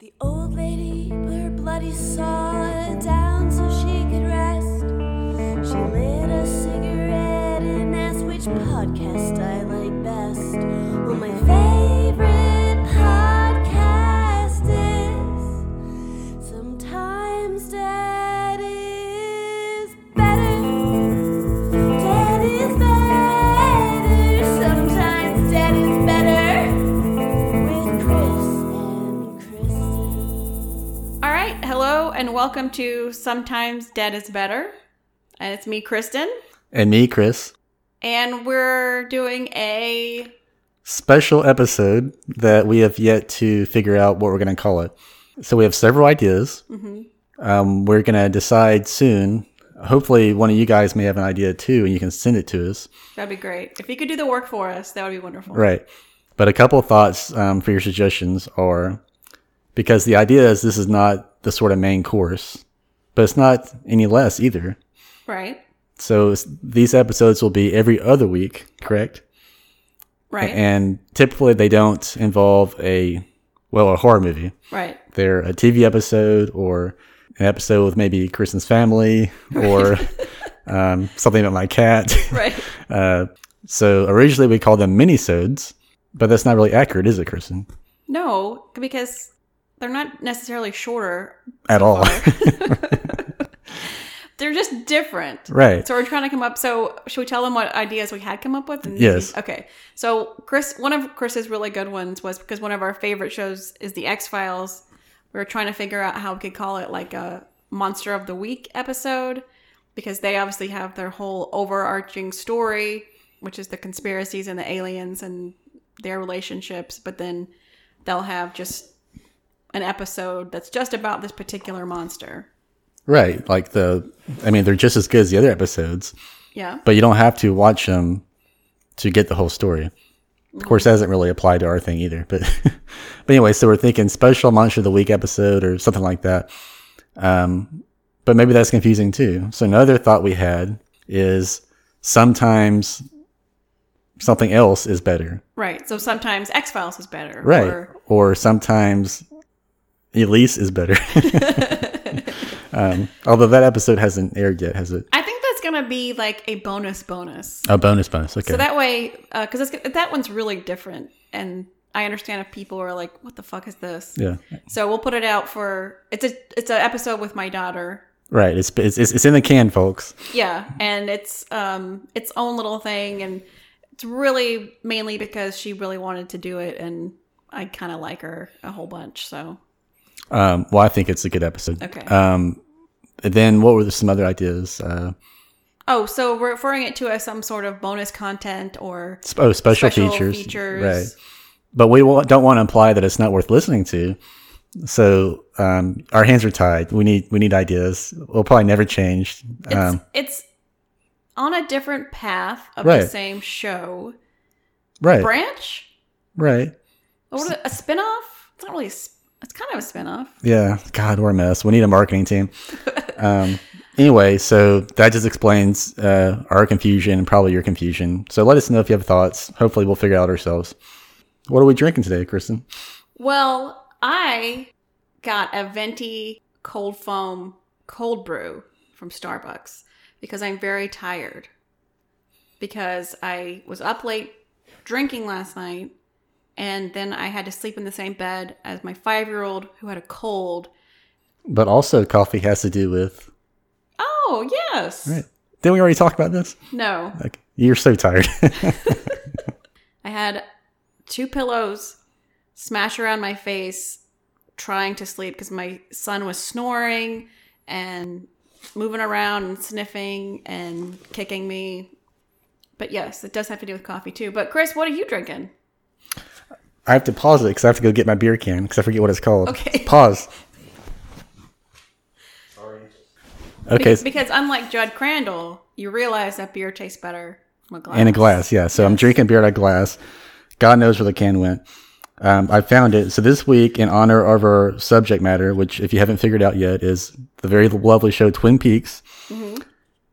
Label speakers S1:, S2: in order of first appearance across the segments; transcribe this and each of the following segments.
S1: The old lady put her bloody saw down so she could rest. She lit a cigarette and asked which podcast I like best. Well, my favorite podcast is Sometimes Dead is Better. Dead is Better. Sometimes Dead is Better. With Chris and Kristen.
S2: All right, hello and welcome to Sometimes Dead is Better. And it's me, Kristen,
S3: And me, Chris.
S2: and we're doing a
S3: Special episode that we have yet to figure out what we're going to call it. So we have several ideas.
S2: mhm.
S3: Um, we're going to decide soon. Hopefully, one of you guys may have an idea too, and you can send it to us.
S2: that'd be great. If you could do the work for us, that would be wonderful.
S3: Right. But a couple of thoughts um, for your suggestions are because the idea is this is not the sort of main course, but it's not any less either.
S2: Right.
S3: So s- these episodes will be every other week, correct?
S2: Right.
S3: And typically they don't involve a well a horror movie.
S2: right.
S3: They're a TV episode or an episode with maybe Kristen's family or um, something about my cat.
S2: Right.
S3: Uh, so originally we called them minisodes, but that's not really accurate, is it, Kristen?
S2: No, because they're not necessarily shorter.
S3: At all.
S2: They're just different.
S3: right.
S2: So we're trying to come up. So should we tell them what ideas we had come up with? And-
S3: Yes.
S2: Okay. So Chris, one of Chris's really good ones was because one of our favorite shows is the X Files. We were trying to figure out how we could call it like a Monster of the Week episode because they obviously have their whole overarching story, which is the conspiracies and the aliens and their relationships. But then they'll have just an episode that's just about this particular monster.
S3: Right. Like the I mean they're just as good as the other episodes,
S2: Yeah.
S3: but you don't have to watch them to get the whole story. Of course, that
S2: Mm.
S3: doesn't really apply to our thing either. But, but anyway, so we're thinking special Monster of the Week episode or something like that. Um, but maybe that's confusing too. So another thought we had is sometimes something else is better,
S2: Right. So sometimes X Files is better.
S3: right?
S2: Or,
S3: Or, sometimes Elise is better. um, although that episode hasn't aired yet, has it?
S2: I think that's gonna be like a bonus bonus.
S3: Oh, bonus, bonus. Okay.
S2: So that way, uh, because it's that one's really different, and I understand if people are like, "What the fuck is this?"
S3: yeah.
S2: So we'll put it out for it's a it's an episode with my daughter.
S3: Right. It's, it's it's in the can, folks.
S2: Yeah, and it's um its own little thing, and it's really mainly because she really wanted to do it, and I kind of like her a whole bunch. So
S3: Um, well, I think it's a good episode.
S2: Okay.
S3: Um, then what were some other ideas? Uh,
S2: oh, so we're referring it to as some sort of bonus content or
S3: sp- oh, special,
S2: special
S3: features.
S2: features.
S3: Right. But we wa- don't want to imply that it's not worth listening to. So um, our hands are tied. We need we need ideas. We'll probably never change.
S2: it's,
S3: Um,
S2: it's on a different path of the
S3: Right.
S2: same show
S3: right.
S2: branch
S3: Right.
S2: what a, a spin-off it's not really a sp- it's kind of a spin-off
S3: Yeah. God, we're a mess. We need a marketing team. um, anyway, so that just explains uh, our confusion and probably your confusion. So let us know if you have thoughts. Hopefully, we'll figure it out ourselves. What are we drinking today, Kristen?
S2: well i got a venti cold foam cold brew from starbucks because i'm very tired because i was up late drinking last night and then i had to sleep in the same bed as my five-year-old who had a cold
S3: But also, coffee has to do with.
S2: oh yes
S3: Right. Didn't we already talk about this?
S2: no
S3: Like, you're so tired.
S2: I had two pillows smash around my face trying to sleep because my son was snoring and moving around and sniffing and kicking me. But yes, it does have to do with coffee too. But Chris, what are you drinking?
S3: I have to pause it because I have to go get my beer can because I forget what it's called.
S2: Okay.
S3: Pause. Sorry. Okay.
S2: Because, because unlike Judd Crandall, you realize that beer tastes better from a glass.
S3: in a glass, yeah. So I'm drinking beer out of glass. God knows where the can went. Um, I found it. So this week, in honor of our subject matter, which if you haven't figured out yet, is the very lovely show Twin Peaks.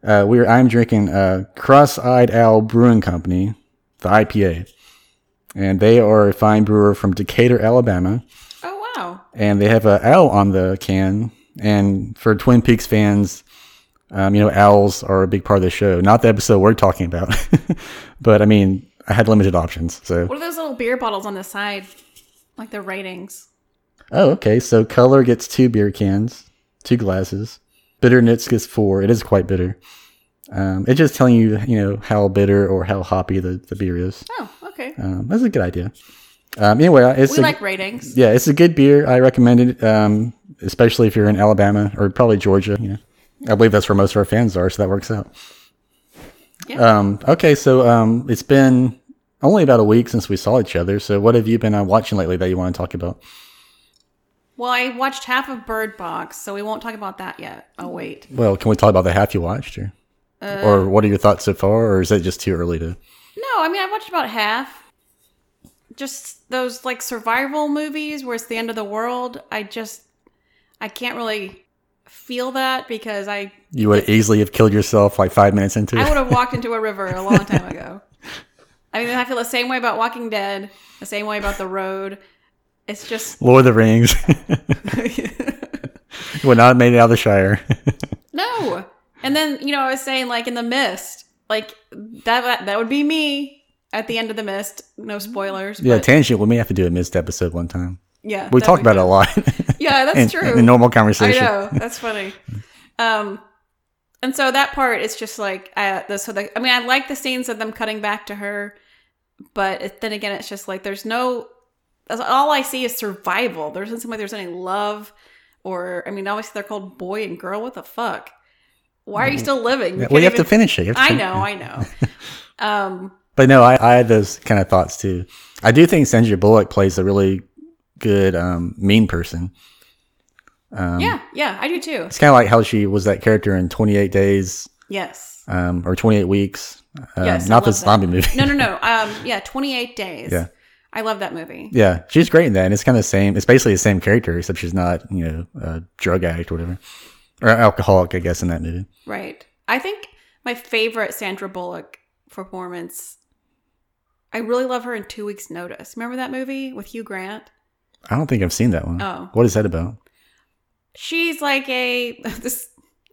S3: Uh, we're I'm drinking uh, Cross Eyed Owl Brewing Company, the IPA, and they are a fine brewer from Decatur, Alabama.
S2: Oh, wow.
S3: and they have a owl on the can. And for Twin Peaks fans, um, you know, owls are a big part of the show. Not the episode we're talking about, but I mean, I had limited options. So,
S2: What are those little beer bottles on the side? Like the ratings.
S3: oh, okay. So, color gets two beer cans, two glasses. Bitterness gets four. It is quite bitter. Um, it's just telling you, you know, how bitter or how hoppy the, the beer is.
S2: Oh, okay.
S3: Um, that's a good idea. Um, anyway, it's
S2: We
S3: a-
S2: like ratings.
S3: yeah, it's a good beer. I recommend it, um, especially if you're in Alabama or probably Georgia. You know, I believe that's where most of our fans are, so that works out.
S2: Yeah.
S3: Um, okay, so um, it's been only about a week since we saw each other. So, what have you been uh, watching lately that you want to talk about?
S2: Well, I watched half of Bird Box, so we won't talk about that yet. Oh wait.
S3: Well, can we talk about the half you watched, or,
S2: Uh,
S3: or what are your thoughts so far, or is it just too early to?
S2: No, I mean I watched about half. Just those like survival movies where it's the end of the world. I just I can't really feel that because I
S3: You would easily have killed yourself like five minutes into
S2: I
S3: it.
S2: would have walked into a river a long time ago. I mean, I feel the same way about Walking Dead, the same way about The Road. It's just
S3: Lord of the Rings. would not have made it out of the Shire.
S2: no. And then you know, I was saying like in The Mist, like that that would be me at the end of The Mist. No spoilers.
S3: yeah,
S2: but
S3: tangent. We may have to do a missed episode one time.
S2: yeah.
S3: We
S2: that
S3: talk
S2: would
S3: about
S2: be-
S3: it a lot.
S2: Yeah, that's
S3: in,
S2: true.
S3: In normal
S2: I
S3: conversation.
S2: know that's funny. Um, and so that part is just like uh, the so the I mean I like the scenes of them cutting back to her, but it, then again it's just like there's no that's- all I see is survival. There isn't somebody there's any love or I mean obviously they're called boy and girl. What the fuck? Why are you still living?
S3: Yeah,
S2: You
S3: Mm-hmm. well, you
S2: can't
S3: have to
S2: even-
S3: finish it. You have to
S2: I
S3: fin-
S2: know, I know. um,
S3: But no, I, I had those kind of thoughts too. I do think Sandra Bullock plays a really good um, mean person. Um,
S2: yeah, yeah, I do too.
S3: It's kind of like how she was that character in 28 Days
S2: Yes.
S3: um, or 28 Weeks. Um,
S2: Yes, I
S3: not the
S2: love that.
S3: zombie movie.
S2: No, no, no. Um, yeah, twenty eight days.
S3: Yeah.
S2: I love that movie.
S3: yeah, she's great in that. And it's kind of the same. It's basically the same character, except she's not, you know, a drug addict or whatever. Or alcoholic, I guess, in that movie.
S2: Right. I think my favorite Sandra Bullock performance. I really love her in Two Weeks Notice. Remember that movie with Hugh Grant?
S3: I don't think I've seen that one.
S2: Oh.
S3: What is that about?
S2: She's like a this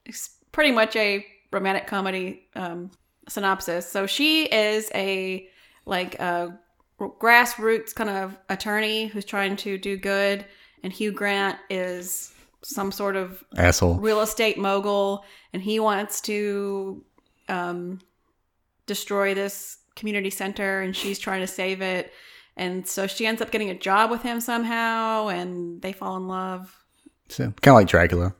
S2: is pretty much a romantic comedy um, synopsis. So she is a like a grassroots kind of attorney who's trying to do good, and Hugh Grant is some sort of
S3: Asshole.
S2: real estate mogul and he wants to um, destroy this community center and she's trying to save it and so she ends up getting a job with him somehow and they fall in love
S3: So, kind of like Dracula.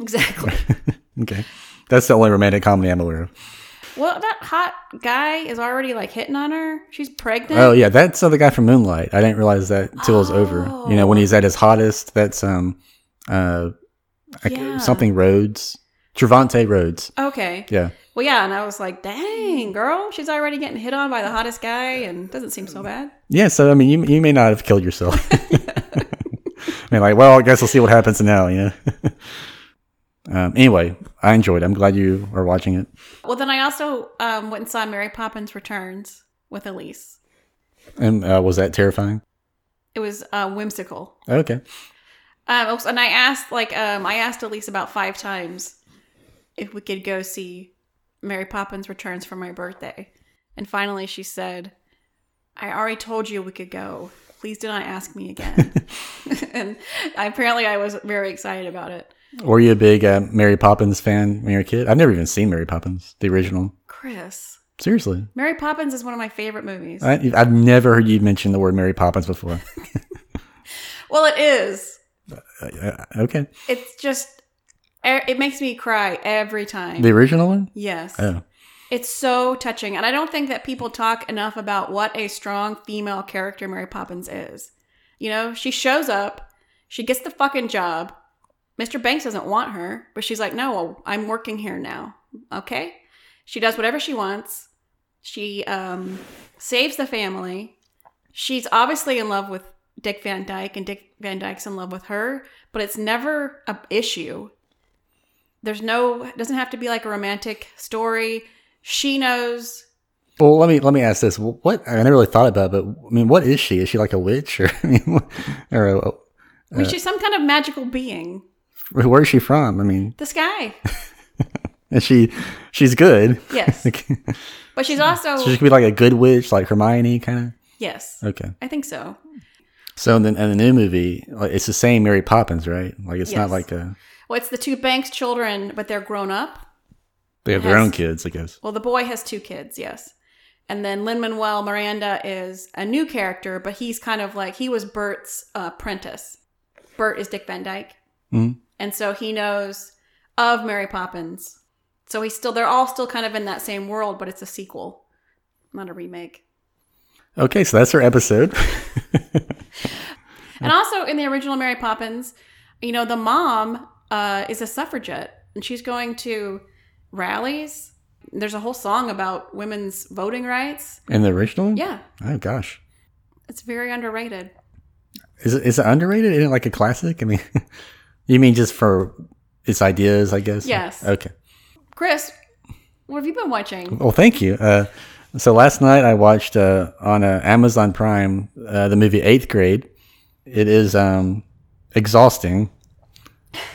S2: exactly
S3: Okay. That's the only romantic comedy I'm aware of.
S2: well that hot guy is already like hitting on her she's pregnant
S3: Oh yeah, that's uh, the guy from Moonlight. I didn't realize that till it was over. You know, when
S2: Oh.
S3: he's at his hottest, that's um uh I c-
S2: Yeah.
S3: something Rhodes. Trevante Rhodes.
S2: okay
S3: Yeah.
S2: well yeah and i was like dang girl she's already getting hit on by the hottest guy and doesn't seem so bad
S3: Yeah, so I mean you you may not have killed yourself. I mean like, well, I guess we'll see what happens now, you know. um anyway, I enjoyed it. I'm glad you are watching it.
S2: well then i also um, went and saw mary poppins returns with elise
S3: And uh, was that terrifying?
S2: It was uh, whimsical.
S3: Okay.
S2: Um, oops, and I asked, like, um, I asked Elise about five times if we could go see Mary Poppins Returns for my birthday. And finally she said, I already told you we could go. Please do not ask me again. and apparently I was very excited about it.
S3: Were you a big uh, Mary Poppins fan when you were a kid? I've never even seen Mary Poppins, the original.
S2: Chris,
S3: Seriously.
S2: Mary Poppins is one of my favorite movies.
S3: I, I've never heard you mention the word Mary Poppins before.
S2: well, it is.
S3: Uh, okay.
S2: It's just, e- it makes me cry every time.
S3: The original one?
S2: yes.
S3: Oh.
S2: It's so touching. And I don't think that people talk enough about what a strong female character Mary Poppins is. You know, she shows up, she gets the fucking job. Mr. Banks doesn't want her, but she's like, no, I'm working here now. Okay? She does whatever she wants. She um, saves the family. She's obviously in love with Dick Van Dyke, and Dick Van Dyke's in love with her, but it's never a issue. There's no, it doesn't have to be like a romantic story. She knows.
S3: Well, let me let me ask this. What I never really thought about, it, but I mean, what is she? Is she like a witch or uh, I mean, or a,
S2: I mean, she's some kind of magical being.
S3: Where is she from? I mean,
S2: The sky.
S3: and she she's good.
S2: Yes.
S3: so she
S2: But she's also.
S3: could be like a good witch, like Hermione, kind
S2: Yes.
S3: of. Okay.
S2: I think so.
S3: So then, in the new movie, like, it's the same Mary Poppins, right? Like it's
S2: Yes.
S3: not like uh, a
S2: Well, it's the two Banks children, but they're grown up.
S3: they have their
S2: Yes.
S3: own kids, I guess.
S2: Well, the boy has two kids, yes. And then Lin Manuel Miranda is a new character, but he's kind of like he was Bert's uh, apprentice. Bert is Dick Van Dyke,
S3: Mhm.
S2: and so he knows of Mary Poppins. So he's still they're all still kind of in that same world, but it's a sequel, not a remake.
S3: Okay, so that's her episode.
S2: And also in the original Mary Poppins, you know, the mom uh, is a suffragette and she's going to rallies. There's a whole song about women's voting rights.
S3: in the original,
S2: Yeah,
S3: Oh gosh,
S2: it's very underrated.
S3: is it is it underrated? Isn't it like a classic? I mean, you mean just for its ideas, I guess.
S2: Yes.
S3: Okay.
S2: Chris, what have you been watching?
S3: Well, thank you. Uh, so last night I watched uh, on uh, Amazon Prime uh, the movie Eighth Grade. It is um, exhausting,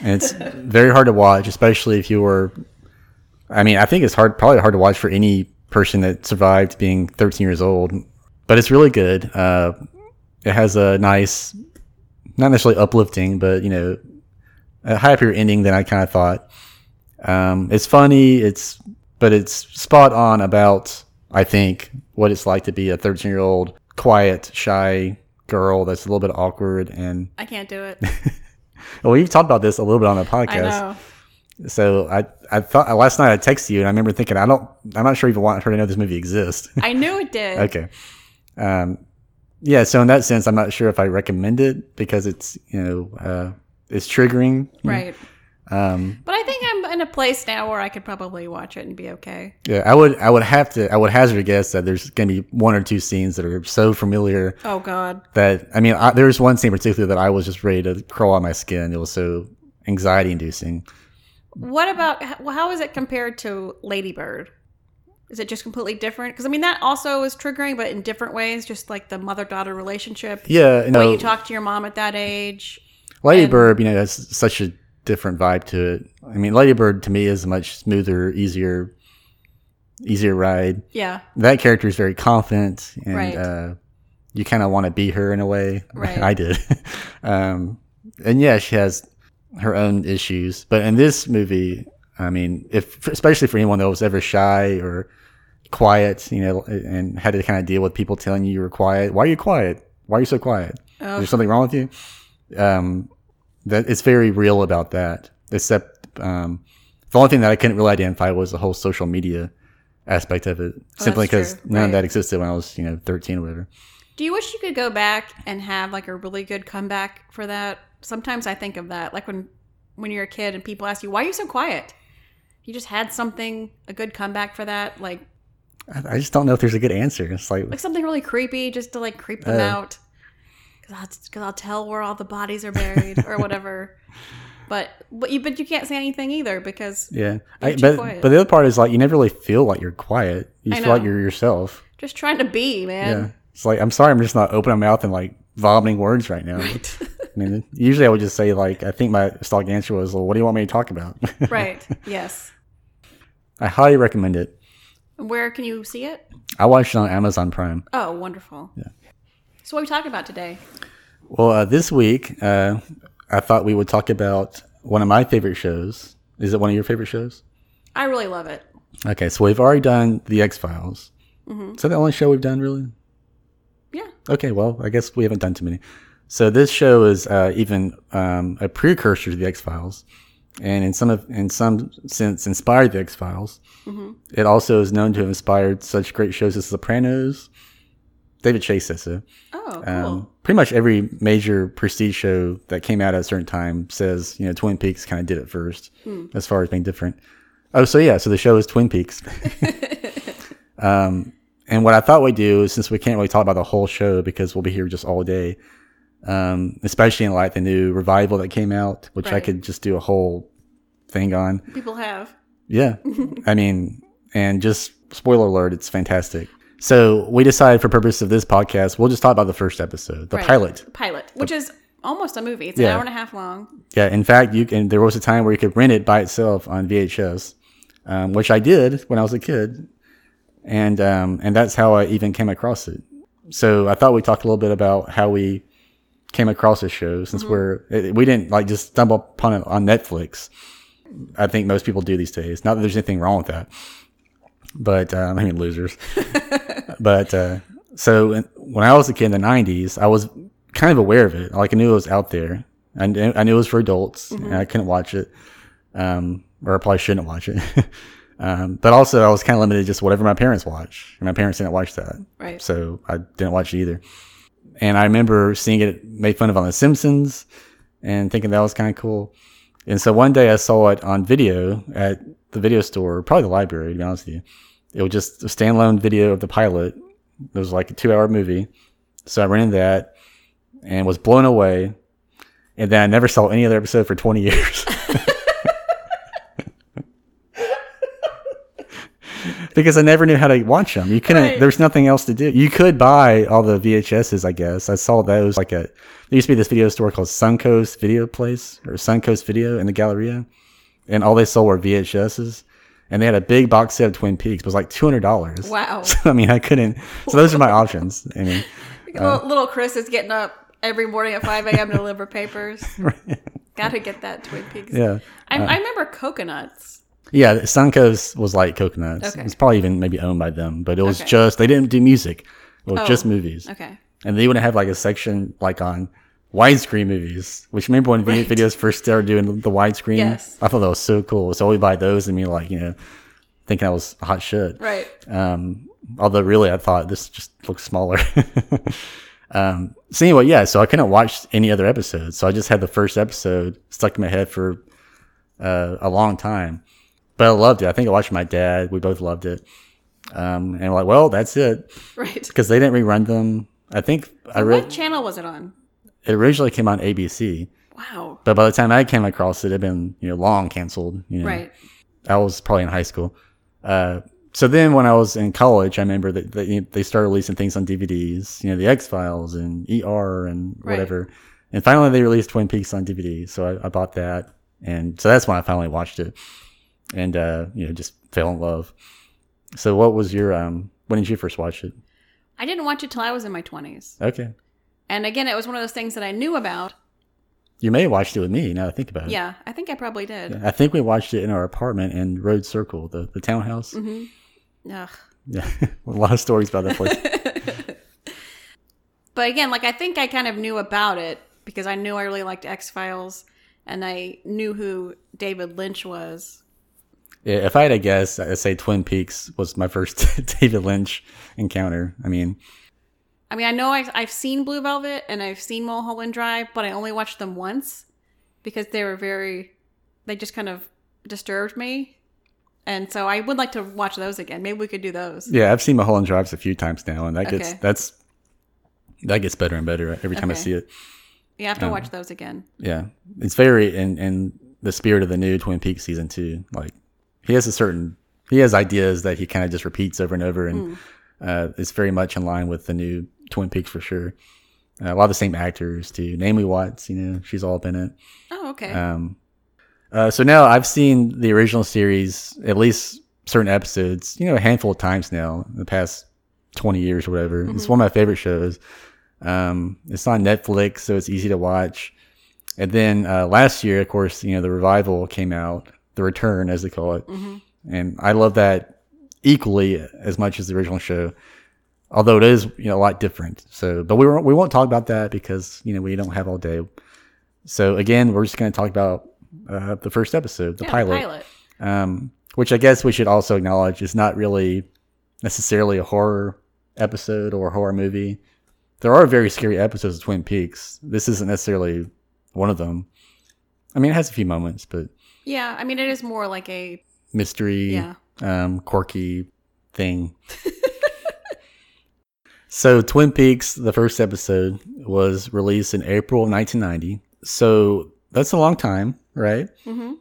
S3: and it's very hard to watch, especially if you were. I mean, I think it's hard, probably hard to watch for any person that survived being 13 years old, but it's really good. Uh, it has a nice, not necessarily uplifting, but you know, a happier ending than I kind of thought. Um, it's funny. It's but it's spot on about I think what it's like to be a 13 year old quiet, shy girl that's a little bit awkward. And
S2: I can't do it.
S3: well, we've talked about this a little bit on the
S2: I
S3: podcast.
S2: know.
S3: so I I thought last night I texted you and I remember thinking I don't I'm not sure even want her to know this movie exists.
S2: I knew it did.
S3: okay. Um, yeah. So in that sense, I'm not sure if I recommend it because it's you know uh, it's triggering.
S2: Right.
S3: Um,
S2: But I think I'm in a place now where I could probably watch it and be okay.
S3: yeah. I would I would have to I would hazard a guess that there's gonna be one or two scenes that are so familiar
S2: Oh, God.
S3: that I mean, I, there was one scene particularly that I was just ready to crawl on my skin. It was so anxiety inducing.
S2: What about, h- well, how is it compared to Ladybird? Is it just completely different? Because, I mean, that also is triggering, but in different ways, just like the mother daughter relationship.
S3: Yeah, you
S2: The way
S3: know,
S2: you talk to your mom at that age.
S3: Lady
S2: and-
S3: Bird, you know, has such a different vibe to it. I mean, Lady Bird to me is a much smoother, easier, easier ride.
S2: Yeah.
S3: That character is very confident, and
S2: Right.
S3: uh, you kind of want to be her in a way.
S2: Right.
S3: I did, um, and yeah, she has her own issues, but in this movie, I mean, if especially for anyone that was ever shy or quiet, you know, and had to kind of deal with people telling you you were quiet. Why are you quiet? Why are you so quiet?
S2: Oh,
S3: There's something wrong with you. Um, that it's very real about that. Except um, the only thing that I couldn't really identify was the whole social media aspect of it, simply
S2: Oh, that's
S3: because
S2: true.
S3: none of
S2: Right.
S3: that existed when I was, you know, 13 or whatever.
S2: Do you wish you could go back and have like a really good comeback for that? Sometimes I think of that, like when when you're a kid and people ask you, "Why are you so quiet?" You just had something a good comeback for that, like
S3: I, I just don't know if there's a good answer. It's like,
S2: like something really creepy, just to like creep them
S3: Oh.
S2: out. Because I'll, 'cause I'll tell where all the bodies are buried or whatever. But but you but you can't say anything either because
S3: yeah.
S2: You're
S3: I,
S2: too
S3: but
S2: quiet.
S3: but the other part is like you never really feel like you're quiet. You
S2: I
S3: feel like
S2: know.
S3: you're yourself.
S2: just trying to be
S3: yeah.
S2: man.
S3: It's like I'm sorry, I'm just not opening my mouth and like vomiting words right now.
S2: Right.
S3: I mean, usually I would just say like I think my stock answer was, "Well, what do you want me to talk about?"
S2: right. Yes.
S3: I highly recommend it.
S2: Where can you see it?
S3: I watched it on Amazon Prime.
S2: Oh, wonderful. Yeah. So what are we talking about today?
S3: Well, uh, this week uh, I thought we would talk about one of my favorite shows. Is it one of your favorite shows?
S2: I really love it.
S3: Okay, so we've already done The X Files. Is that the only show we've done, really?
S2: Mm-hmm. Yeah.
S3: Okay, well, I guess we haven't done too many. So this show is uh, even um, a precursor to the X Files, and in some of, in some sense, inspired the X Files.
S2: Mm-hmm.
S3: It also is known to have inspired such great shows as Sopranos. David uh, Chase says so.
S2: Oh, cool.
S3: Um, Pretty much every major prestige show that came out at a certain time says, you know, Twin Peaks kind of did it first,
S2: Hmm.
S3: as far as being different. Oh, so yeah, so the show is Twin Peaks. um, and what I thought we'd do is, since we can't really talk about the whole show because we'll be here just all day, um, especially in like the new revival that came out, which I
S2: Right.
S3: could just do a whole thing on.
S2: People have.
S3: Yeah. I mean, and just spoiler alert, it's fantastic. So we decided for purpose of this podcast, we'll just talk about the first episode, the
S2: Right.
S3: pilot.
S2: The pilot, which is almost a movie. It's
S3: Yeah.
S2: an hour and a half long.
S3: Yeah, in fact, you can. There was a time where you could rent it by itself on VHS, um, which I did when I was a kid, and um, and that's how I even came across it. So I thought we talked a little bit about how we came across this show, since we're it, we didn't like just stumble upon it on Netflix. I think most people do these days. Not that there's anything wrong with that, but um, I mean losers. but uh, so in- when I was a kid in the '90s, I was kind of aware of it. Like I knew it was out there. I knew, I knew it was for adults, and I couldn't watch it, um, or I probably shouldn't watch it. um, but also, I was kind of limited to just whatever my parents watch, and my parents didn't watch that,
S2: Right.
S3: so I didn't watch it either. And I remember seeing it made fun of on The Simpsons, and thinking that was kind of cool. And so one day I saw it on video at the video store, probably the library, to be honest with you. It was just a standalone video of the pilot. It was like a two hour movie. So I rented that and was blown away. And then I never saw any other episode for 20 years. because I never knew how to watch them. You couldn't,
S2: Right.
S3: there's nothing else to do. You could buy all the VHSs, I guess. I saw those like at, there used to be this video store called Suncoast Video Place or Suncoast Video in the Galleria. And all they sold were VHSs. And they had a big box set of Twin Peaks. It was like $200.
S2: Wow.
S3: So, I mean, I couldn't. So those are my options. I mean,
S2: Well, little Chris is getting up every morning at 5 a.m. to deliver papers. Gotta get that Twin Peaks.
S3: yeah.
S2: I, I remember coconuts.
S3: Yeah, Suncoast was like Coconuts.
S2: Okay.
S3: It's probably even maybe owned by them, but it was
S2: Okay.
S3: just they didn't do music. It was
S2: Oh.
S3: just movies.
S2: Okay.
S3: And they wouldn't have like a section like on widescreen movies, which remember when vi- videos first started doing the widescreen?
S2: Yes.
S3: I thought that was so cool. So we buy those and me like, you know, thinking I was hot shit.
S2: Right.
S3: Um, although really, I thought this just looks smaller. um, so anyway, yeah. So I couldn't watch any other episodes. So I just had the first episode stuck in my head for uh, a long time. But I loved it. I think I watched with my dad. We both loved it. Um, and we're like, well, that's it
S2: Right.
S3: because they didn't rerun them. I think I re-
S2: What channel was it on?
S3: it originally came on ABC,
S2: Wow.
S3: but by the time I came across it, it had been you know long canceled. You know,
S2: Right.
S3: I was probably in high school. Uh, so then when I was in college, I remember that, that you know, they started releasing things on DVDs, you know, the X Files and ER and
S2: Right.
S3: whatever. And finally they released Twin Peaks on DVD. So I, I bought that. And so that's when I finally watched it and, uh, you know, just fell in love. So what was your, um, when did you first watch it?
S2: I didn't watch it till I was in my 20s.
S3: Okay.
S2: And again, it was one of those things that I knew about.
S3: You may have watched it with me now that I think about it.
S2: Yeah, I think I probably did.
S3: I think we watched it in our apartment in Road Circle, the, the townhouse.
S2: hmm Ugh.
S3: Yeah.
S2: Mm-hmm.
S3: a lot of stories about that place.
S2: But again, like I think I kind of knew about it because I knew I really liked X Files and I knew who David Lynch was.
S3: Yeah, if I had a guess, I'd say Twin Peaks was my first David Lynch encounter. I mean,
S2: I mean, I know I've, I've seen Blue Velvet and I've seen Mulholland Drive, but I only watched them once because they were very, they just kind of disturbed me. And so I would like to watch those again. Maybe we could do those.
S3: yeah, I've seen Mulholland Drives a few times now, and that gets
S2: Okay.
S3: that's that gets better and better every time I
S2: Okay.
S3: see it.
S2: You
S3: Oh.
S2: have to watch those again.
S3: Yeah, it's very in in the spirit of the new Twin Peaks season two. Like he has a certain he has ideas that he kind of just repeats over and over,
S2: Hmm.
S3: and uh, it's very much in line with the new Twin Peaks for sure. Uh, a lot of the same actors too. Naomi Watts, you know, she's all up in it.
S2: Oh, okay.
S3: Um, uh, so now I've seen the original series, at least certain episodes, you know, a handful of times now in the past 20 years or whatever. It's one of my favorite shows. Um, it's on Netflix, so it's easy to watch. And then uh, last year, of course, you know, the revival came out, The Return, as they call it.
S2: Mm-hmm.
S3: And I love that equally as much as the original show. Although it is you know a lot different, so but we won't we won't talk about that because you know we don't have all day. So again, we're just going to talk about uh, the first episode, the
S2: Yeah,
S3: pilot, Um, which I guess we should also acknowledge is not really necessarily a horror episode or a horror movie. There are very scary episodes of Twin Peaks. This isn't necessarily one of them. I mean, it has a few moments, but
S2: Yeah, I mean, it is more like a
S3: mystery,
S2: Yeah.
S3: um, quirky thing. so, Twin Peaks, the first episode, was released in April of 1990. So, that's a long time, right?
S2: Mhm.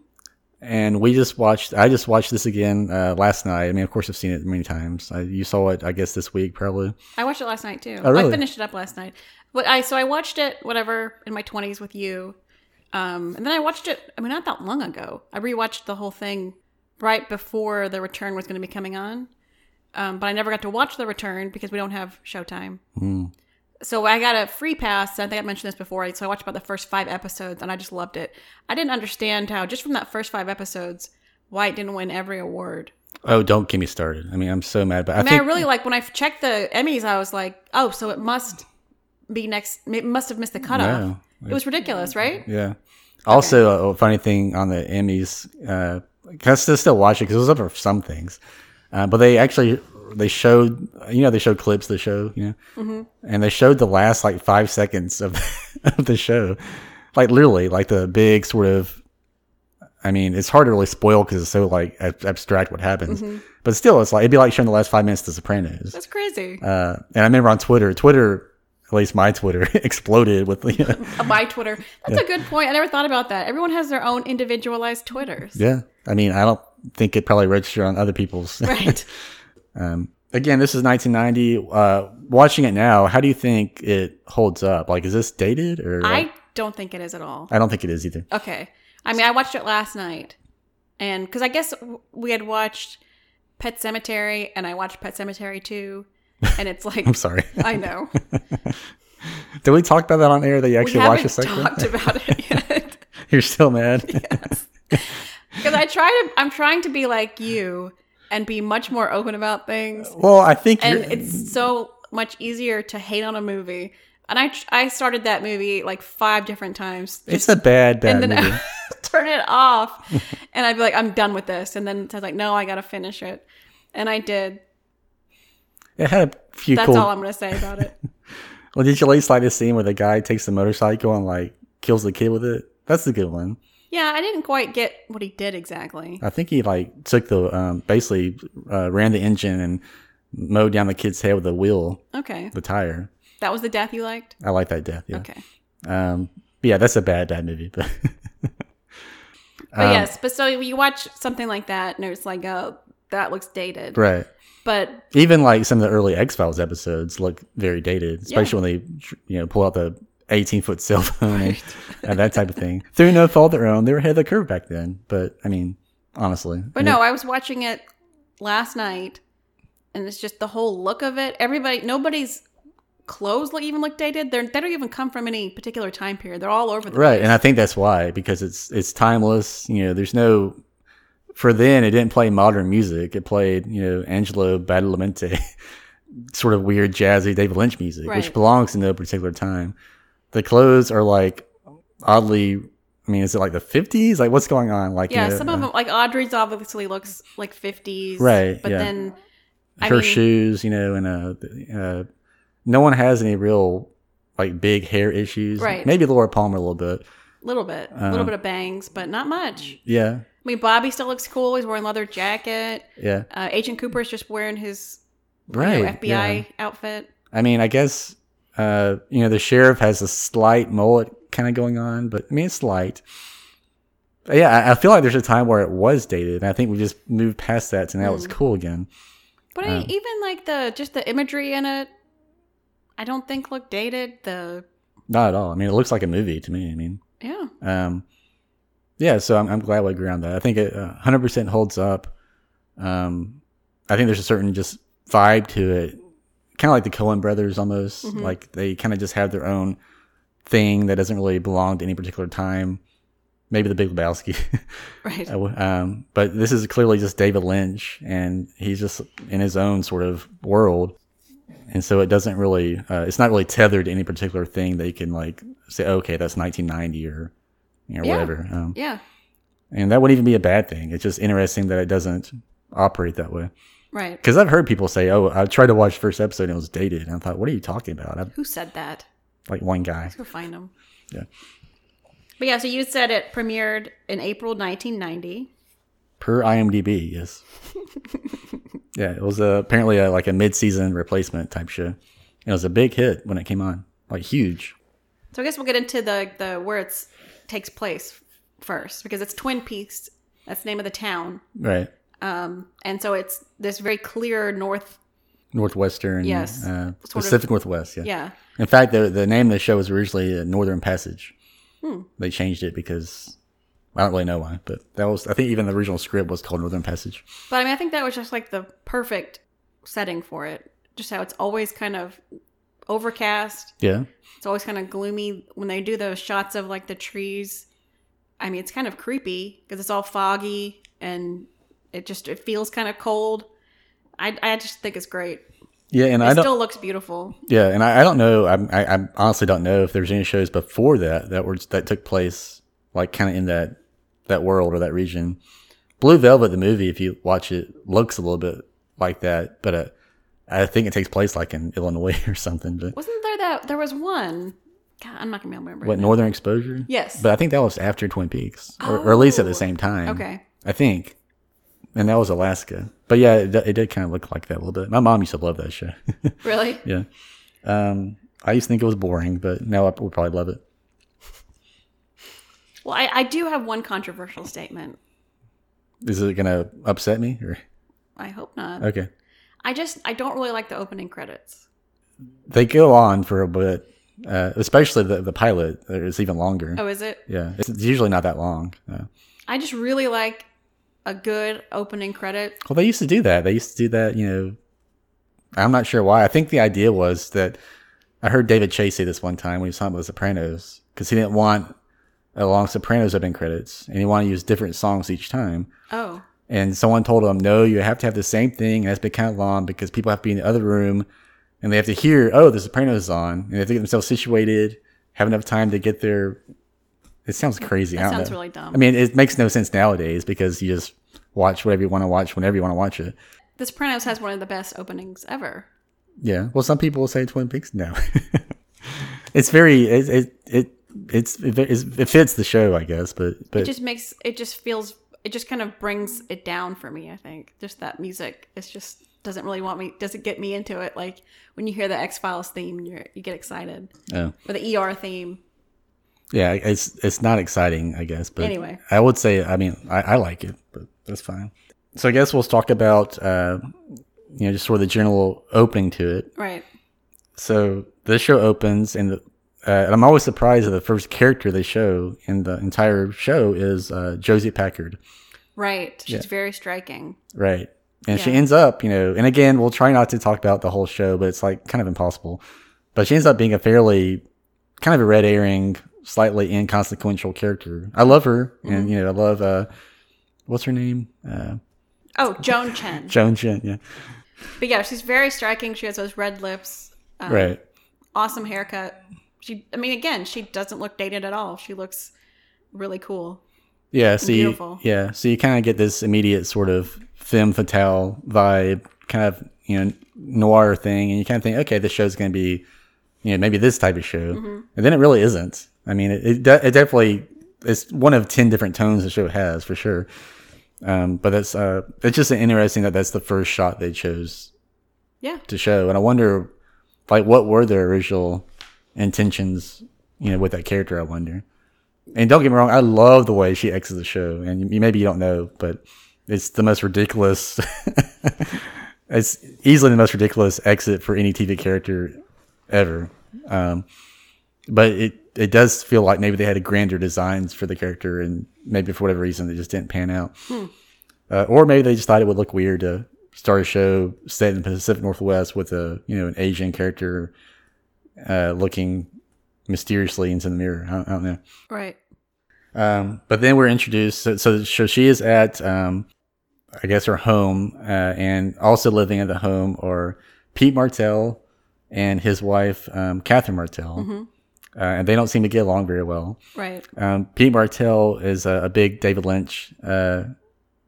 S3: and we just watched. I just watched this again uh, last night. I mean, of course, I've seen it many times. I, you saw it, I guess, this week probably.
S2: I watched it last night too.
S3: Oh, really?
S2: I finished it up last night. But I so I watched it whatever in my twenties with you, um, and then I watched it. I mean, not that long ago. I rewatched the whole thing right before the return was going to be coming on, um, but I never got to watch the return because we don't have Showtime.
S3: Hmm.
S2: So I got a free pass. I think I mentioned this before. So I watched about the first five episodes, and I just loved it. I didn't understand how just from that first five episodes, why it didn't win every award.
S3: Oh, don't get me started. I mean, I'm so mad. But I,
S2: I mean,
S3: think
S2: I really like when I checked the Emmys. I was like, oh, so it must be next. It must have missed the cutoff. It was ridiculous, right?
S3: Yeah. Also, a funny thing on the Emmys, uh, 'cause I still, still watch it because it was up for some things, uh, but they actually they showed you know they showed clips of the show you know, and they showed the last like five seconds of of the show, like literally like the big sort of. I mean, it's hard to really spoil because it's so like ab- abstract what happens, but still, it's like it'd be like showing the last five minutes of The Sopranos.
S2: That's crazy.
S3: Uh, and I remember on Twitter, Twitter, at least my Twitter, exploded with you know,
S2: Uh, My Twitter. That's a good point. I never thought about that. Everyone has their own individualized Twitters.
S3: Yeah. I mean, I don't think it probably registered on other people's. um,
S2: Right.
S3: Again, this is 1990. Uh, watching it now, how do you think it holds up? Like, is this dated or?
S2: I don't think it is at all.
S3: I don't think it is either.
S2: Okay. I mean, I watched it last night. And because I guess w- we had watched Pet Cemetery and I watched Pet Cemetery 2. And it's like,
S3: I'm sorry.
S2: I know.
S3: Did we talk about that on air that you
S2: We
S3: actually watched
S2: haven't
S3: this? like
S2: talked about it yet.
S3: that? You're still mad.
S2: Because I try to, I'm trying to be like you and be much more open about things,
S3: Well, I think
S2: and
S3: you're-
S2: it's so much easier to hate on a movie. And I, tr- I started that movie like five different times.
S3: it's a bad, bad
S2: and then
S3: movie.
S2: I turn it off, and I'd be like, I'm done with this. And then I was like, No, I gotta finish it, and I did.
S3: it had a few
S2: That's
S3: cool.
S2: all I'm gonna say about it.
S3: well, did you at least like this scene where the guy takes the motorcycle and like kills the kid with it? That's a good one.
S2: yeah, I didn't quite get what he did exactly.
S3: I think he like took the um, basically uh, ran the engine and mowed down the kid's head with the wheel,
S2: Okay,
S3: the tire.
S2: that was the death you liked.
S3: I like that death. Yeah.
S2: Okay.
S3: Um, but yeah, that's a bad bad movie. But
S2: But
S3: Um,
S2: yes, but so you watch something like that, and it's like, oh, that looks dated.
S3: right,
S2: But
S3: even like some of the early X Files episodes look very dated, especially when they you know pull out the eighteen foot cell phone and, and that type of thing. Through no fault of their own, they were ahead of the curve back then. But I mean, honestly,
S2: but no, I was watching it last night, and it's just the whole look of it. Everybody, nobody's clothes look even look dated. They're they don't even come from any particular time period. They're all over the
S3: right, and I think that's why because it's it's timeless. You know, there's no. For then, it didn't play modern music. It played, you know, Angelo Badalamenti, sort of weird jazzy David Lynch music,
S2: Right.
S3: which belongs to no particular time. The clothes are like oddly. I mean, is it like the fifties? Like, what's going on? Like, you
S2: Yeah,
S3: know,
S2: some of
S3: uh,
S2: them, like Audrey's, obviously looks like fifties,
S3: Right,
S2: But
S3: yeah.
S2: then, I
S3: her
S2: mean,
S3: shoes, you know, and uh, uh, no one has any real like big hair issues.
S2: Right.
S3: Maybe Laura Palmer a little bit.
S2: little bit,
S3: uh,
S2: a little bit of bangs, but not much.
S3: Yeah.
S2: I mean, Bobby still looks cool. He's wearing leather jacket.
S3: Yeah.
S2: Uh, Agent Cooper is just wearing his you know,
S3: Right. yeah.
S2: FBI outfit.
S3: I mean, I guess uh, you know the sheriff has a slight mullet kind of going on, but I mean it's light. But yeah, I, I feel like there's a time where it was dated, and I think we just moved past that to now it's cool again.
S2: But
S3: Um,
S2: I mean, even like the just the imagery in it, I don't think look dated. The
S3: Not at all. I mean, it looks like a movie to me. I mean,
S2: yeah,
S3: um, yeah. So I'm, I'm glad we agree on that. I think it uh, 100% holds up. Um, I think there's a certain just vibe to it, kind of like the Coen Brothers almost. Like they kind of just have their own thing that doesn't really belong to any particular time. Maybe the Big Lebowski.
S2: right.
S3: um, but this is clearly just David Lynch, and he's just in his own sort of world, and so it doesn't really, uh, it's not really tethered to any particular thing that you can like say, okay, that's 1990 or you know,
S2: Yeah.
S3: whatever, um,
S2: yeah,
S3: and that wouldn't even be a bad thing. It's just interesting that it doesn't operate that way.
S2: right.
S3: Because I've heard people say, "Oh, I tried to watch the first episode and it was dated," and I thought, "What are you talking about?" I,
S2: Who said that?
S3: like one guy.
S2: Let's go find them.
S3: Yeah.
S2: But yeah, so you said it premiered in April 1990.
S3: per IMDb. Yes. yeah, it was uh, apparently a, like a mid-season replacement type show. It was a big hit when it came on, like huge.
S2: So I guess we'll get into the the where it's takes place first because it's Twin Peaks That's the name of the town.
S3: Right.
S2: Um, and so it's this very clear north.
S3: Northwestern.
S2: Yes.
S3: Uh,
S2: Sort of-
S3: Pacific Northwest. Yeah.
S2: Yeah.
S3: In fact, the the name of the show was originally uh, Northern Passage.
S2: Hmm.
S3: They changed it because I don't really know why, but that was I think even the original script was called Northern Passage.
S2: But I mean, I think that was just like the perfect setting for it. Just how it's always kind of overcast.
S3: Yeah.
S2: It's always kind of gloomy when they do those shots of like the trees. I mean, it's kind of creepy because it's all foggy and it just it feels kind of cold. I, I just think it's great.
S3: Yeah, and
S2: It
S3: I don't.
S2: still looks beautiful.
S3: yeah, and I, I don't know. I'm- I, I honestly don't know if there's any shows before that that were that took place like kind of in that that world or that region. Blue Velvet, the movie, if you watch it, looks a little bit like that, but uh, I think it takes place like in Illinois or something. But
S2: Wasn't there that there was one? God, I'm not gonna be able to remember. it
S3: what
S2: now.
S3: Northern Exposure?
S2: Yes.
S3: But I think that was after Twin Peaks, or, or at least at
S2: Oh.
S3: the same time.
S2: okay.
S3: I think. And that was Alaska. But yeah, it, it did kind of look like that a little bit. My mom used to love that show.
S2: Really?
S3: yeah. Um, I used to think it was boring, but now I would probably love it.
S2: Well, I, I do have one controversial statement.
S3: Is it going to upset me? Or
S2: I hope not.
S3: Okay.
S2: I just I don't really like the opening credits.
S3: They go on for a bit, uh, especially the, the pilot. It's even longer.
S2: Oh, is it?
S3: Yeah. It's usually not that long. Uh,
S2: I just really like a good opening credit.
S3: Well, they used to do that. They used to do that, you know. I'm not sure why. I think the idea was that I heard David Chase say this one time when he was talking about The Sopranos because he didn't want a long Sopranos opening credits and he wanted to use different songs each time.
S2: Oh,
S3: And someone told him, no, you have to have the same thing. And that's been kind of long because people have to be in the other room and they have to hear, oh, The Sopranos is on. And they have to get themselves situated, have enough time to get their. It sounds crazy. I
S2: that
S3: don't
S2: sounds
S3: know.
S2: really dumb.
S3: I mean, it makes no sense nowadays because you just watch whatever you want to watch whenever you want to watch it.
S2: the Sopranos has one of the best openings ever.
S3: Yeah. Well, some people will say Twin Peaks. No, it's very it it it it's it, it fits the show, I guess. But
S2: it
S3: but
S2: just makes it just feels it just kind of brings it down for me. I think just that music is just doesn't really want me doesn't get me into it. Like when you hear the X Files theme, you you get excited
S3: oh.
S2: or the ER theme.
S3: yeah, it's it's not exciting, I guess. But
S2: Anyway.
S3: I would say I mean I, I like it, but that's fine. So I guess we'll talk about uh, you know just sort of the general opening to it.
S2: Right.
S3: So the show opens, and, the, uh, and I'm always surprised that the first character they show in the entire show is uh, Josie Packard.
S2: Right. She's
S3: Yeah.
S2: very striking.
S3: Right. And she
S2: Yeah.
S3: ends up, you know, and again, we'll try not to talk about the whole show, but it's like kind of impossible. But she ends up being a fairly kind of a red herring, slightly inconsequential character. I love her. And, you know, I love, uh, what's her name? Uh,
S2: Oh, Joan Chen.
S3: Joan Chen. Yeah.
S2: But yeah, she's very striking. She has those red lips. Um,
S3: right.
S2: Awesome haircut. She, I mean, again, she doesn't look dated at all. She looks really cool.
S3: Yeah. So you,
S2: beautiful.
S3: yeah. So you kind of get this immediate sort of femme fatale vibe, kind of, you know, noir thing. And you kind of think, okay, this show's going to be, you know, maybe this type of show. And then it really isn't. I mean, it, it, de- it definitely it's one of 10 different tones the show has for sure. Um, but that's, uh, it's just interesting that that's the first shot they chose
S2: Yeah.
S3: to show. And I wonder, like, what were their original intentions, you know, with that character? I wonder. And don't get me wrong, I love the way she exits the show. And you, maybe you don't know, but it's the most ridiculous. it's easily the most ridiculous exit for any TV character ever. Um, but it it does feel like maybe they had a grander designs for the character, and maybe for whatever reason they just didn't pan out. Uh, or maybe they just thought it would look weird to start a show set in the Pacific Northwest with a you know an Asian character uh, looking mysteriously into the mirror. I don't, I don't know.
S2: Right.
S3: Um, but then we're introduced. So, so, so she is at, um, I guess, her home, uh, and also living at the home are Pete Martell and his wife, um, Catherine Martell.
S2: Mm-hmm.
S3: Uh, and they don't seem to get along very well.
S2: Right.
S3: Um, Pete Martell is a, a big David Lynch uh,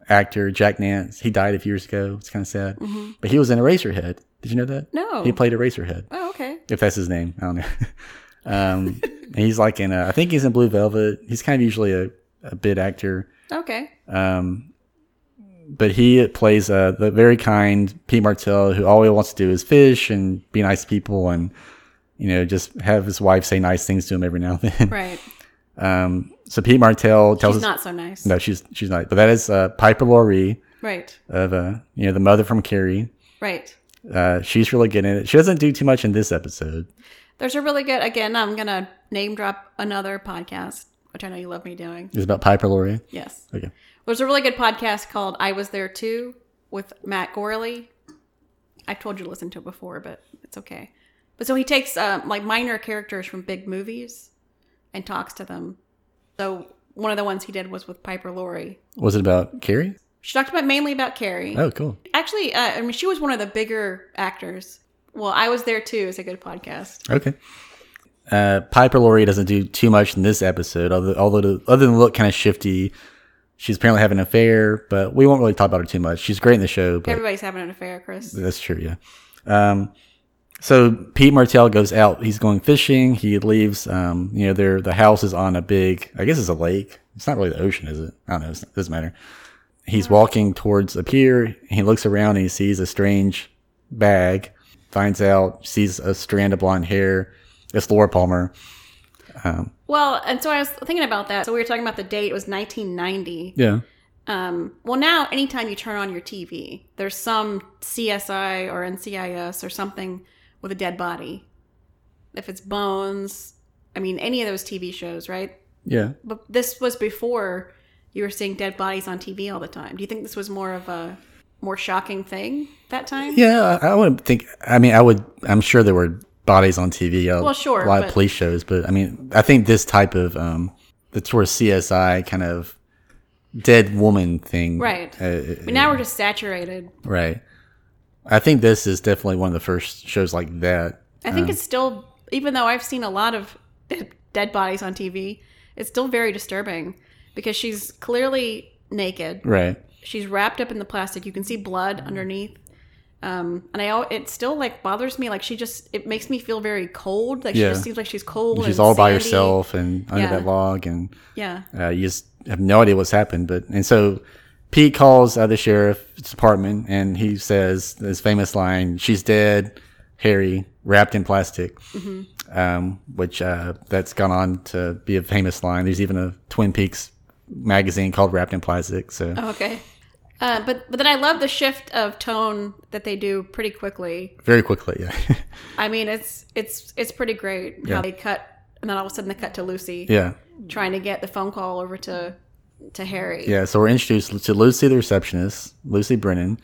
S3: actor, Jack Nance. He died a few years ago. It's kind of sad. But he was in Eraserhead. Did you know that?
S2: Mm-hmm. No.
S3: He played Eraserhead
S2: oh, okay.
S3: if that's his name. I don't know. um, and he's like in, a, I think he's in Blue Velvet. He's kind of usually a, a bit actor,
S2: Okay.
S3: um, but he plays uh, the very kind Pete Martell, who all he wants to do is fish and be nice to people, and you know just have his wife say nice things to him every now and then.
S2: Right.
S3: Um, so Pete Martell tells
S2: She's
S3: us
S2: not so nice.
S3: no, she's she's not. But that is uh, Piper Laurie
S2: Right.
S3: of uh, you know the mother from Carrie.
S2: Right.
S3: Uh, she's really good in it. She doesn't do too much in this episode.
S2: There's a really good again, I'm gonna name drop another podcast, which I know you love me doing.
S3: It's about Piper Laurie.
S2: Yes.
S3: Okay.
S2: There's a really good podcast called I Was There Too with Matt Gorley. I've told you to listen to it before, but it's okay. But so he takes um, like minor characters from big movies and talks to them. So one of the ones he did was with Piper Laurie.
S3: Was it about Carrie?
S2: She talked about mainly about Carrie.
S3: Oh, cool.
S2: Actually, uh, I mean, she was one of the bigger actors. Well, I was there too. Is a good podcast.
S3: Okay. Uh, Piper Laurie doesn't do too much in this episode, although although the, other than look kind of shifty. She's apparently having an affair, but we won't really talk about her too much. She's great in the show, but
S2: Everybody's having an affair, Chris.
S3: That's true, yeah. Um, so Pete Martell goes out. He's going fishing. He leaves. Um, you know, their the house is on a big. I guess it's a lake. It's not really the ocean, is it? I don't know. It's, it doesn't matter. He's walking towards a pier. He looks around and he sees a strange bag. Finds out, sees a strand of blonde hair. It's Laura Palmer.
S2: Well, and so I was thinking about that. So we were talking about the date. It was 1990.
S3: Yeah.
S2: Um, well, now anytime you turn on your TV, there's some CSI or NCIS or something with a dead body. If it's Bones, I mean, any of those TV shows, right?
S3: Yeah.
S2: But this was before you were seeing dead bodies on TV all the time. Do you think this was more of a more shocking thing that time?
S3: Yeah. I I wouldn't think. I mean, I would. I'm sure there were bodies on TV. uh,
S2: Well, sure,
S3: A lot of
S2: but-
S3: police shows, but I mean, I think this type of um, the sort of CSI kind of dead woman thing,
S2: Right.
S3: uh, uh,
S2: But now we're just saturated.
S3: right. I think this is definitely one of the first shows like that.
S2: I think it's still, even though I've seen a lot of dead bodies on TV, it's still very disturbing because she's clearly naked.
S3: Right.
S2: She's wrapped up in the plastic. You can see blood
S3: Mm-hmm.
S2: underneath. Um, and I, al- it still like bothers me. Like she just, it makes me feel very cold. Like she
S3: Yeah.
S2: just seems like she's cold.
S3: She's
S2: and
S3: all by
S2: sandy.
S3: herself and under
S2: Yeah.
S3: that log, and
S2: Yeah.
S3: uh, you just have no idea what's happened. But and so Pete calls uh, the sheriff's department, and he says this famous line: "She's dead, Harry, wrapped in plastic."
S2: Mm-hmm.
S3: Um, which uh, that's gone on to be a famous line. There's even a Twin Peaks magazine called Wrapped in Plastic. So
S2: Oh, okay. Uh, but but then I love the shift of tone that they do pretty quickly.
S3: very quickly, yeah,
S2: I mean, it's it's it's pretty great
S3: Yeah.
S2: how they cut, and then all of a sudden they cut to Lucy.
S3: yeah,
S2: trying to get the phone call over to to Harry.
S3: yeah. So we're introduced to Lucy, the receptionist, Lucy Brennan,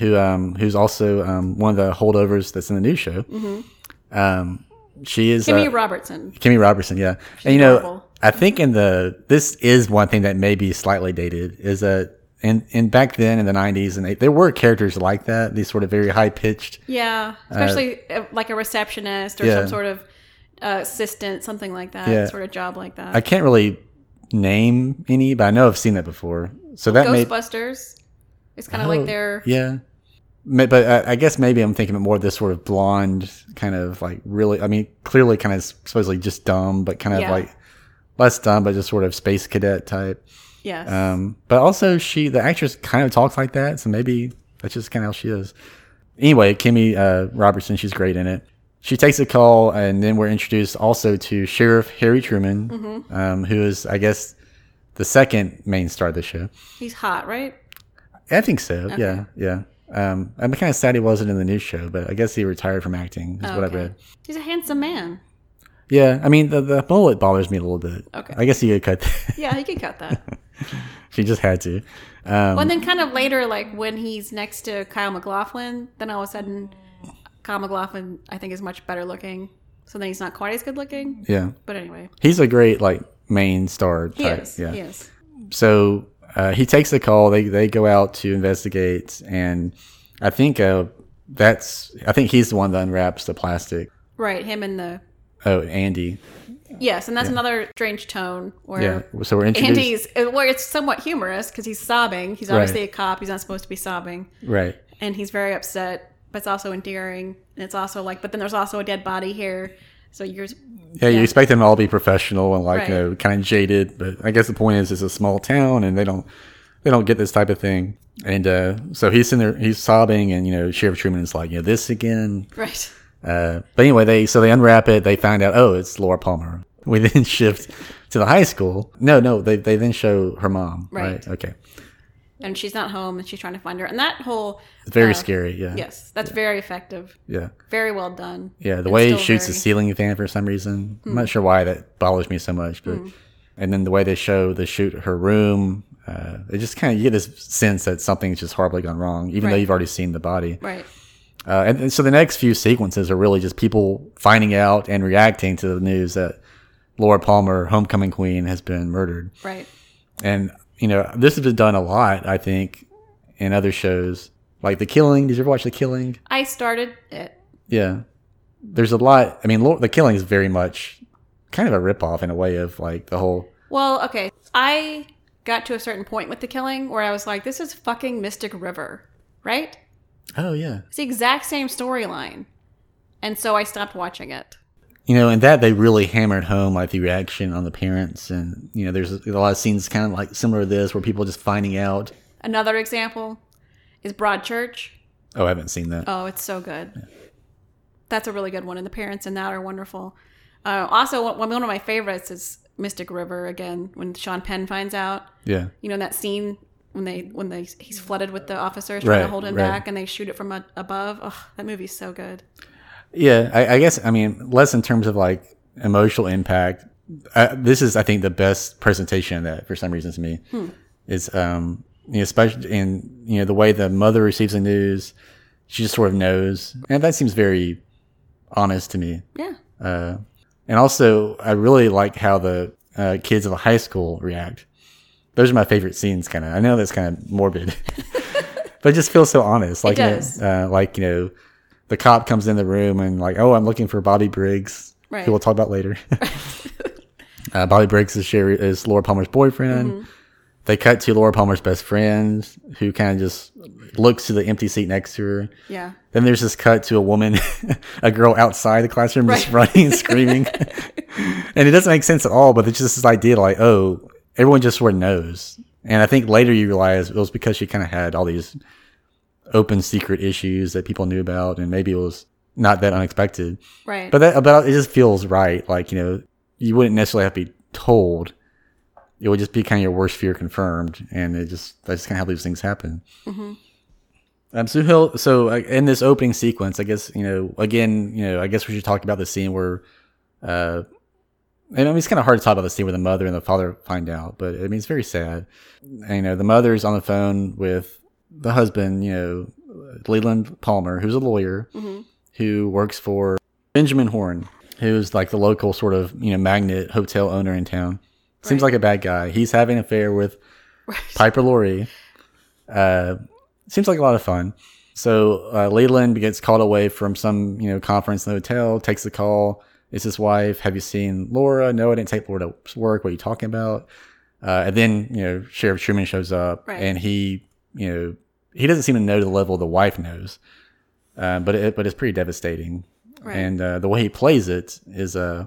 S3: who um, who's also um, one of the holdovers that's in the new show. Um, she is
S2: Mm-hmm. Kimmy
S3: uh,
S2: Robertson.
S3: Kimmy Robertson, yeah. and you know,
S2: adorable.
S3: I think in the this is one thing that may be slightly dated is that in in back then in the '90s and eight, there were characters like that, these sort of very high pitched.
S2: Yeah, especially uh, like a receptionist or
S3: yeah.
S2: some sort of uh, assistant, something like that,
S3: Yeah.
S2: sort of job like that.
S3: I can't really name any, but I know I've seen that before. So that may
S2: Ghostbusters. It's kind of like
S3: Oh,
S2: their
S3: yeah. Ma- But I, I guess maybe I'm thinking of more of this sort of blonde kind of like really, I mean, clearly kind of supposedly just dumb, but kind of
S2: Yeah.
S3: like less dumb, but just sort of space cadet type.
S2: yes.
S3: Um, but also, she the actress kind of talks like that, so maybe that's just kind of how she is. Anyway, Kimmy uh, Robertson, she's great in it. She takes a call, and then we're introduced also to Sheriff Harry Truman,
S2: Mm-hmm.
S3: um, who is, I guess, the second main star of the show.
S2: He's hot, right?
S3: I think so. Yeah, yeah. Um, I'm kind of sad he wasn't in the news show, but I guess he retired from acting. Is what I read.
S2: Oh, He's a handsome man.
S3: Yeah, I mean the the bullet bothers me a little bit.
S2: Okay.
S3: I guess he could cut. That.
S2: Yeah, he could cut that.
S3: Um,
S2: well,
S3: she just had to.
S2: and then kind of later, like when he's next to Kyle McLaughlin, then all of a sudden, Kyle McLaughlin I think is much better looking. So then he's not quite as good looking.
S3: Yeah,
S2: But anyway,
S3: he's a great like main star.
S2: he
S3: type.
S2: is.
S3: Yeah.
S2: He is.
S3: so uh, he takes the call. They they go out to investigate, and I think uh, that's I think he's the one that unwraps the plastic.
S2: Right, him and the
S3: Oh, Andy.
S2: yes, and that's another strange tone where
S3: Yeah. So we're introduced.
S2: Andy's where it's somewhat humorous because he's sobbing. He's obviously
S3: Right.
S2: a cop. He's not supposed to be sobbing,
S3: Right.
S2: and he's very upset. But it's also endearing, and it's also like, but then there's also a dead body here. So yours,
S3: Yeah, you
S2: Yeah.
S3: expect them to all be professional and like
S2: Right.
S3: you know, kind of jaded, but I guess the point is it's a small town and they don't they don't get this type of thing. And uh, so he's in there, he's sobbing, and you know Sheriff Truman is like, you know, this again.
S2: right?
S3: Uh, but anyway, they so they unwrap it, they find out, oh, it's Laura Palmer. We then shift to the high school. No, no, they, they then show her mom.
S2: Right.
S3: Right. Okay.
S2: and she's not home, and she's trying to find her. And that whole
S3: It's very
S2: uh,
S3: scary. Yeah.
S2: Yes, that's very effective.
S3: Yeah.
S2: Very well done.
S3: Yeah. The
S2: It's
S3: way he
S2: still very-
S3: shoots
S2: Hmm.
S3: the ceiling fan for some reason. I'm not sure why that bothers me so much, but and then the way they show they shoot her room. Uh, it just kind of you get this sense that something's just horribly gone wrong, even though
S2: Right.
S3: you've already seen the body.
S2: Right.
S3: Uh, and, and so the next few sequences are really just people finding out and reacting to the news that Laura Palmer, homecoming queen, has been murdered.
S2: Right.
S3: And you know this has been done a lot, I think, in other shows like The Killing. Did you ever watch The Killing?
S2: I started it.
S3: Yeah. There's a lot. I mean, Lord, the killing is very much kind of a ripoff in a way of like the whole.
S2: Well, okay. I got to a certain point with the killing where I was like, this is fucking Mystic River, right?
S3: Oh yeah.
S2: It's the exact same storyline. And so I stopped watching it.
S3: You know, and that they really hammered home like the reaction on the parents, and you know, there's a lot of scenes kind of like similar to this where people just finding out.
S2: Another example is Broadchurch.
S3: Oh, I haven't seen that.
S2: Oh, it's so good. That's a really good one. And the parents in that are wonderful. Uh, also, one one of my favorites is Mystic River again, when Sean Penn finds out.
S3: Yeah.
S2: you know that scene when they when they he's flooded with the officers trying to
S3: Right,
S2: hold him
S3: right.
S2: back and they shoot it from a, above Ugh, that movie's so good
S3: Yeah, I, I guess I mean less in terms of like emotional impact. I, this is, I think, the best presentation of that for some reason to me. Is um, you know, especially in you know the way the mother receives the news, she just sort of knows, and that seems very honest to me.
S2: yeah
S3: Uh, and also, I really like how the uh, kids of the high school react. Those are my favorite scenes. Kind of, I know that's kind of morbid, but it just feels so honest. Like, you know,
S2: does.
S3: uh, like you know, the cop comes in the room and like, oh, I'm looking for Bobby Briggs,
S2: Right.
S3: who we'll talk about later. uh, Bobby Briggs is Sherry is Laura Palmer's boyfriend.
S2: Mm-hmm.
S3: They cut to Laura Palmer's best friend, who kind of just looks to the empty seat next to her.
S2: yeah
S3: Then there's this cut to a woman, a girl outside the classroom just running and screaming. and it doesn't make sense at all, but it's just this idea like, oh, everyone just sort of knows. And I think later you realize it was because she kind of had all these open secret issues that people knew about, and maybe it was not that unexpected.
S2: right
S3: But that but it just feels right. Like, you know, you wouldn't necessarily have to be told. It would just be kind of your worst fear confirmed, and it just that's kind of how these things happen.
S2: Mm-hmm,
S3: Um, so he'll, so uh, in this opening sequence, I guess you know again, you know, I guess we should talk about the scene where, uh, and I mean it's kind of hard to talk about the scene where the mother and the father find out, but I mean it's very sad. And, you know, the mother's on the phone with the husband, you know, Leland Palmer, who's a lawyer
S2: mm-hmm.
S3: who works for Benjamin Horn, who's like the local sort of you know magnet hotel owner in town. Seems
S2: Right.
S3: like a bad guy. He's having an affair with
S2: right
S3: Piper Laurie. Uh, seems like a lot of fun. So uh, Leland gets called away from some you know conference in the hotel. Takes the call. It's his wife. Have you seen Laura? No, I didn't take Laura to work. What are you talking about? Uh, and then you know Sheriff Truman shows up,
S2: Right.
S3: and he you know he doesn't seem to know to the level the wife knows, uh, but it, but it's pretty devastating.
S2: Right.
S3: And uh, the way he plays it is uh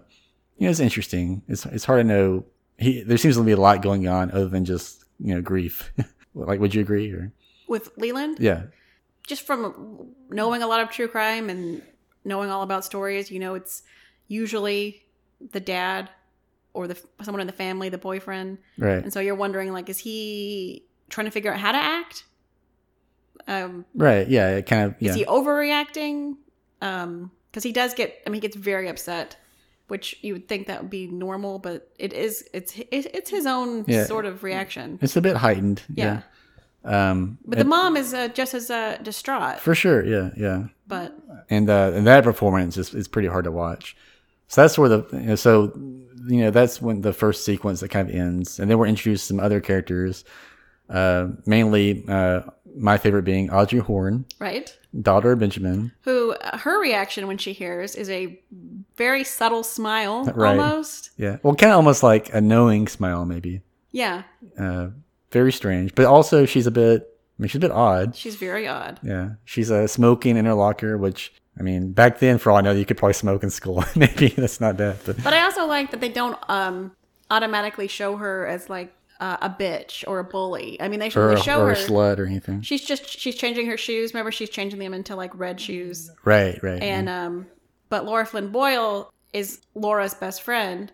S3: you know it's interesting. It's it's hard to know. He there seems to be a lot going on other than just you know grief. like would you agree? Or
S2: with Leland
S3: yeah,
S2: just from knowing a lot of true crime and knowing all about stories you know it's usually the dad or the someone in the family the boyfriend
S3: right,
S2: and so you're wondering like is he trying to figure out how to act um
S3: right, yeah. It kind of yeah.
S2: Is he overreacting? Um, because he does get, I mean, he gets very upset, which you would think that would be normal, but it is. It's hi- it- it's his own
S3: Yeah.
S2: sort of reaction.
S3: it's a bit heightened.
S2: Yeah.
S3: Yeah. Um,
S2: But
S3: it-
S2: the mom is uh, just as uh, distraught.
S3: for sure. Yeah, yeah.
S2: But
S3: and uh, and that performance is, is pretty hard to watch. So that's where the you know, so you know that's when the first sequence that kind of ends, and then we're introduced to some other characters, uh, mainly uh, my favorite being Audrey Horn,
S2: right,
S3: daughter of Benjamin.
S2: who uh, her reaction when she hears is a very subtle smile,
S3: Right.
S2: almost.
S3: Yeah, well, kind of almost like a knowing smile, maybe.
S2: Yeah,
S3: Uh, very strange, but also she's a bit. I mean, she's a bit odd.
S2: she's very odd.
S3: Yeah, she's uh, smoking in her locker, which I mean, back then, for all I know, you could probably smoke in school. maybe that's not bad, but
S2: But I also like that they don't um automatically show her as like uh, a bitch or a bully. I mean, they,
S3: or,
S2: they show
S3: or
S2: her
S3: a slut or anything.
S2: She's just she's changing her shoes. Remember, she's changing them into like red shoes.
S3: Right, right.
S2: And um, but Laura Flynn Boyle is Laura's best friend,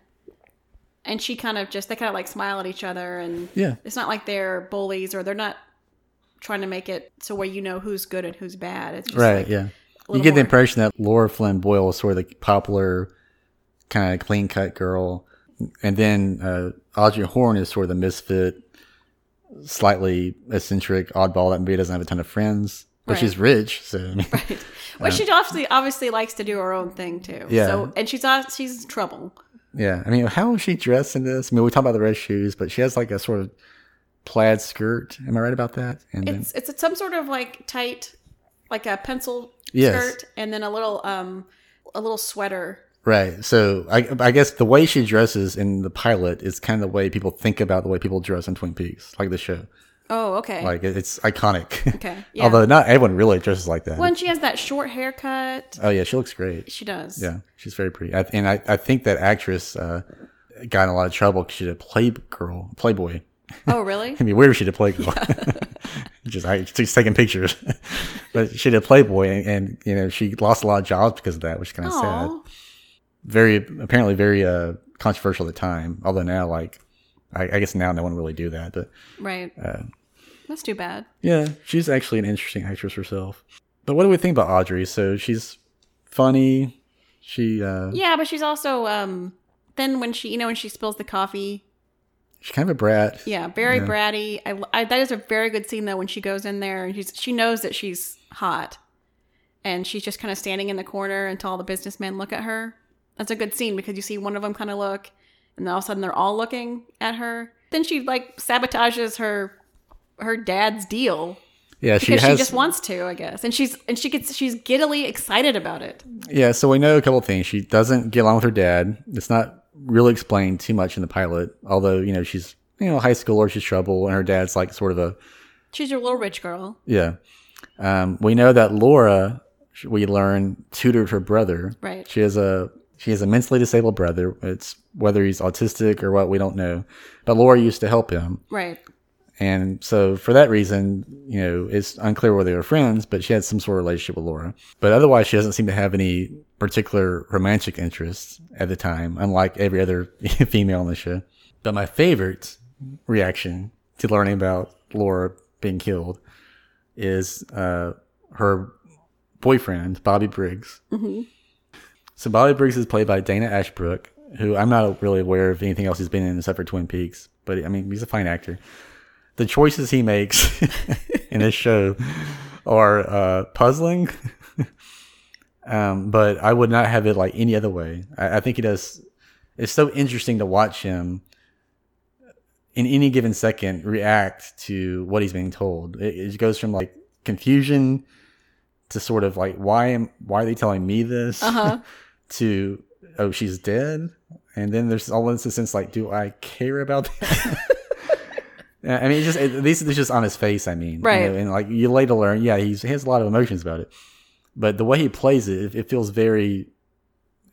S2: and she kind of just they kind of like smile at each other, and
S3: Yeah.
S2: it's not like they're bullies or they're not trying to make it so where you know who's good and who's bad. It's just
S3: right.
S2: like
S3: yeah.
S2: a
S3: You
S2: little
S3: get the
S2: more-
S3: impression that Laura Flynn Boyle was sort of the popular, kind of clean cut girl, and then uh, Audrey Horne is sort of the misfit, slightly eccentric oddball that maybe doesn't have a ton of friends, but
S2: Right.
S3: she's rich. So I mean,
S2: Right. Well, she obviously obviously likes to do her own thing too.
S3: Yeah.
S2: So and she's uh, she's in trouble.
S3: yeah, I mean, how is she dressed in this? I mean, we talk about the red shoes, but she has like a sort of plaid skirt. Am I right about that? And
S2: It's it's some sort of like tight, like a pencil
S3: Yes.
S2: skirt, and then a little um a little sweater.
S3: Right. So I, I guess the way she dresses in the pilot is kind of the way people think about the way people dress in Twin Peaks, like the show.
S2: Oh, okay.
S3: Like it- it's iconic.
S2: okay. Yeah.
S3: Although not everyone really dresses like that.
S2: when she has that short haircut,
S3: oh yeah, she looks great.
S2: she does.
S3: Yeah, she's very pretty. I, and I, I think that actress uh, got in a lot of trouble because she did Playgirl, Playboy.
S2: Oh, really?
S3: I mean, where she did Playgirl? just I just taking pictures, but she did Playboy, and, and you know she lost a lot of jobs because of that, which is kind of sad.
S2: Oh,
S3: very apparently very uh controversial at the time although now like i, I guess now no one really do that but
S2: right.
S3: uh,
S2: That's too bad.
S3: yeah she's actually an interesting actress herself but what do we think about audrey so she's funny she uh
S2: Yeah, but she's also um. Then when she, you know, when she spills the coffee,
S3: she's kind of a brat
S2: yeah, very
S3: Yeah.
S2: bratty. I, I- that is a very good scene though when she goes in there and she's she knows that she's hot, and she's just kind of standing in the corner until all the businessmen look at her. That's a good scene because you see one of them kind of look, and then all of a sudden they're all looking at her. Then she like sabotages her her dad's deal
S3: yeah she
S2: because she,
S3: has
S2: just wants to, I guess. And she's and she gets she's giddily excited about it.
S3: yeah so we know a couple things she doesn't get along with her dad it's not really explained too much in the pilot although you know she's you know high school or she's trouble and her dad's like sort of a
S2: She's your little rich girl,
S3: Yeah. Um, we know that Laura, sh- we learn, tutored her brother.
S2: Right.
S3: She has a she has a mentally disabled brother. It's whether he's autistic or what we don't know, but Laura used to help him,
S2: right?
S3: and so for that reason, you know, it's unclear whether they were friends, but she had some sort of relationship with Laura. But otherwise, she doesn't seem to have any particular romantic interests at the time, unlike every other female on the show. But my favorite reaction to learning about Laura being killed is uh, her boyfriend, Bobby Briggs. So Bobby Briggs is played by Dana Ashbrook, who I'm not really aware of anything else he's been in except for Twin Peaks. But I mean, he's a fine actor. The choices he makes in this show are uh, puzzling, um, but I would not have it like any other way. I, I think he does. It's so interesting to watch him in any given second react to what he's being told. It, it goes from like confusion to sort of like why am why are they telling me this?
S2: Uh huh.
S3: to oh she's dead and then there's all this sense like do i care about that Uh, i mean it's just at least it's just on his face i mean you
S2: Right.
S3: know, and like you later learn yeah he's, he has a lot of emotions about it but the way he plays it it, it feels very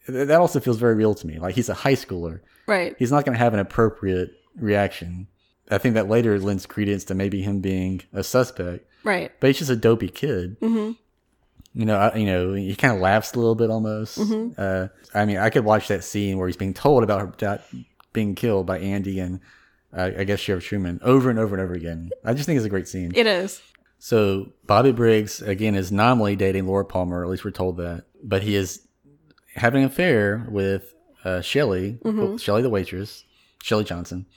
S3: th- that also feels very real to me like he's a high schooler
S2: right.
S3: he's not going to have an appropriate reaction i think that later lends credence to maybe him being a suspect
S2: Right.
S3: but he's just a dopey kid
S2: hmm
S3: you know, I, you know, he kind of laughs a little bit almost.
S2: Mhm.
S3: Uh, I mean, I could watch that scene where he's being told about her dad being killed by Andy and uh, I guess Sheriff Truman over and over and over again. I just think it's a great scene.
S2: It is.
S3: So Bobby Briggs again is nominally dating Laura Palmer, at least we're told that, but he is having an affair with uh, Shelly,
S2: Mhm.
S3: Shelly the waitress, Shelly Johnson,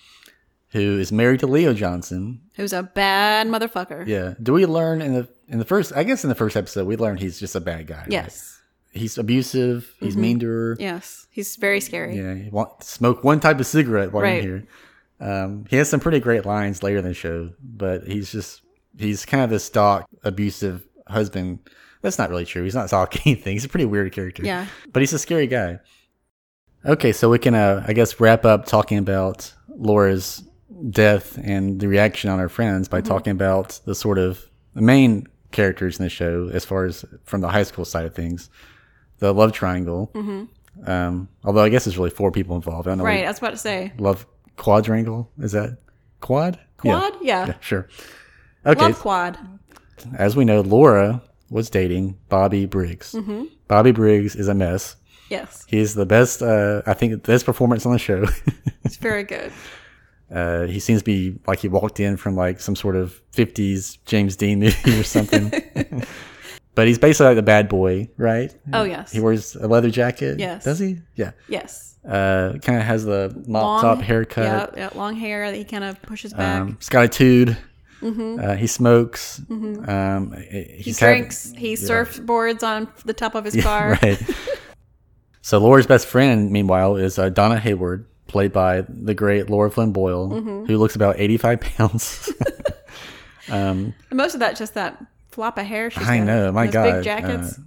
S3: who is married to Leo Johnson,
S2: Who's a bad motherfucker?
S3: yeah. Do we learn in the in the first? I guess in the first episode, we learned he's just a bad guy. right?
S2: Yes.
S3: He's abusive. He's
S2: Mhm.
S3: mean to her.
S2: Yes. He's very scary.
S3: Yeah. He want, smoke one type of cigarette while
S2: Right.
S3: you're here. Um, he has some pretty great lines later in the show, but he's just he's kind of a stock abusive husband. That's not really true. He's not stock anything. He's a pretty weird character.
S2: Yeah.
S3: But he's a scary guy. Okay, so we can uh, I guess wrap up talking about Laura's death and the reaction on her friends
S2: Mm-hmm.
S3: by talking about the sort of the main characters in the show as far as from the high school side of things. The love triangle. Mm-hmm. Um, although I guess there's really four people involved. I don't know.
S2: Right. I was about to say
S3: Love quadrangle. Is that quad? Yeah.
S2: quad. Yeah.
S3: Yeah, sure. Okay.
S2: Love quad. Mm-hmm.
S3: as we know, Laura was dating Bobby Briggs. Bobby Briggs is a mess.
S2: Yes,
S3: He's the best. Uh, I think best performance on the show.
S2: it's very good.
S3: Uh, he seems to be like he walked in from like some sort of '50s James Dean movie or something. but he's basically like the bad boy, right?
S2: Oh yes,
S3: He wears a leather jacket.
S2: Yes.
S3: Does he? Yeah.
S2: yes.
S3: Uh, kind of has the mop top haircut.
S2: Yeah, yeah, long hair that he kind of pushes back. Mm-hmm.
S3: Um, he's got a tood. Uh, he smokes. Um, he's
S2: he
S3: having-
S2: drinks. he surfboards on the top of his
S3: Yeah,
S2: car.
S3: Right. so Laura's best friend, meanwhile, is uh, Donna Hayward, played by the great Laura Flynn Boyle,
S2: Mm-hmm.
S3: who looks about 85 pounds.
S2: Most of that just that flop of hair. She's
S3: I
S2: got.
S3: know, my
S2: Those
S3: God.
S2: Big jackets.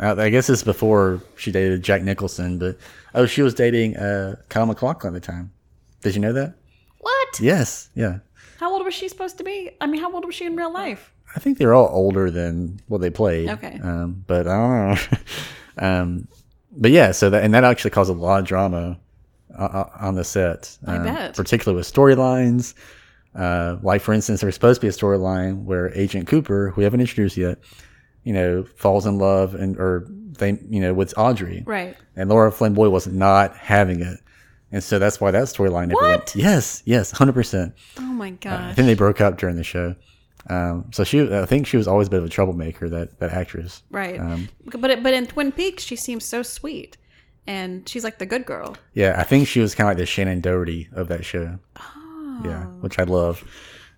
S3: Uh, I I guess it's before she dated Jack Nicholson, but oh, she was dating uh, Kyle MacLachlan at the time. Did you know that?
S2: what?
S3: Yes. Yeah.
S2: How old was she supposed to be? I mean, how old was she in real life?
S3: I think they're all older than what they played.
S2: Okay.
S3: Um, but I don't know. um, but yeah, so that and that actually caused a lot of drama uh, uh, on the set. I
S2: bet.
S3: Particularly with storylines. Uh, like for instance, there was supposed to be a storyline where Agent Cooper, who we haven't introduced yet, you know, falls in love and or they you know with Audrey,
S2: Right.
S3: and Laura Flynn Boyle was not having it, and so that's why that storyline. never went-
S2: What?
S3: Yes, yes, hundred percent.
S2: Oh my
S3: Uh, I
S2: gosh.
S3: think they broke up during the show. Um, so she, I think she was always a bit of a troublemaker. That that actress.
S2: right.
S3: um,
S2: but it, but in Twin Peaks, she seems so sweet, and she's like the good girl.
S3: Yeah, I think she was kind of like the Shannon Doherty of that show. Yeah, which I love.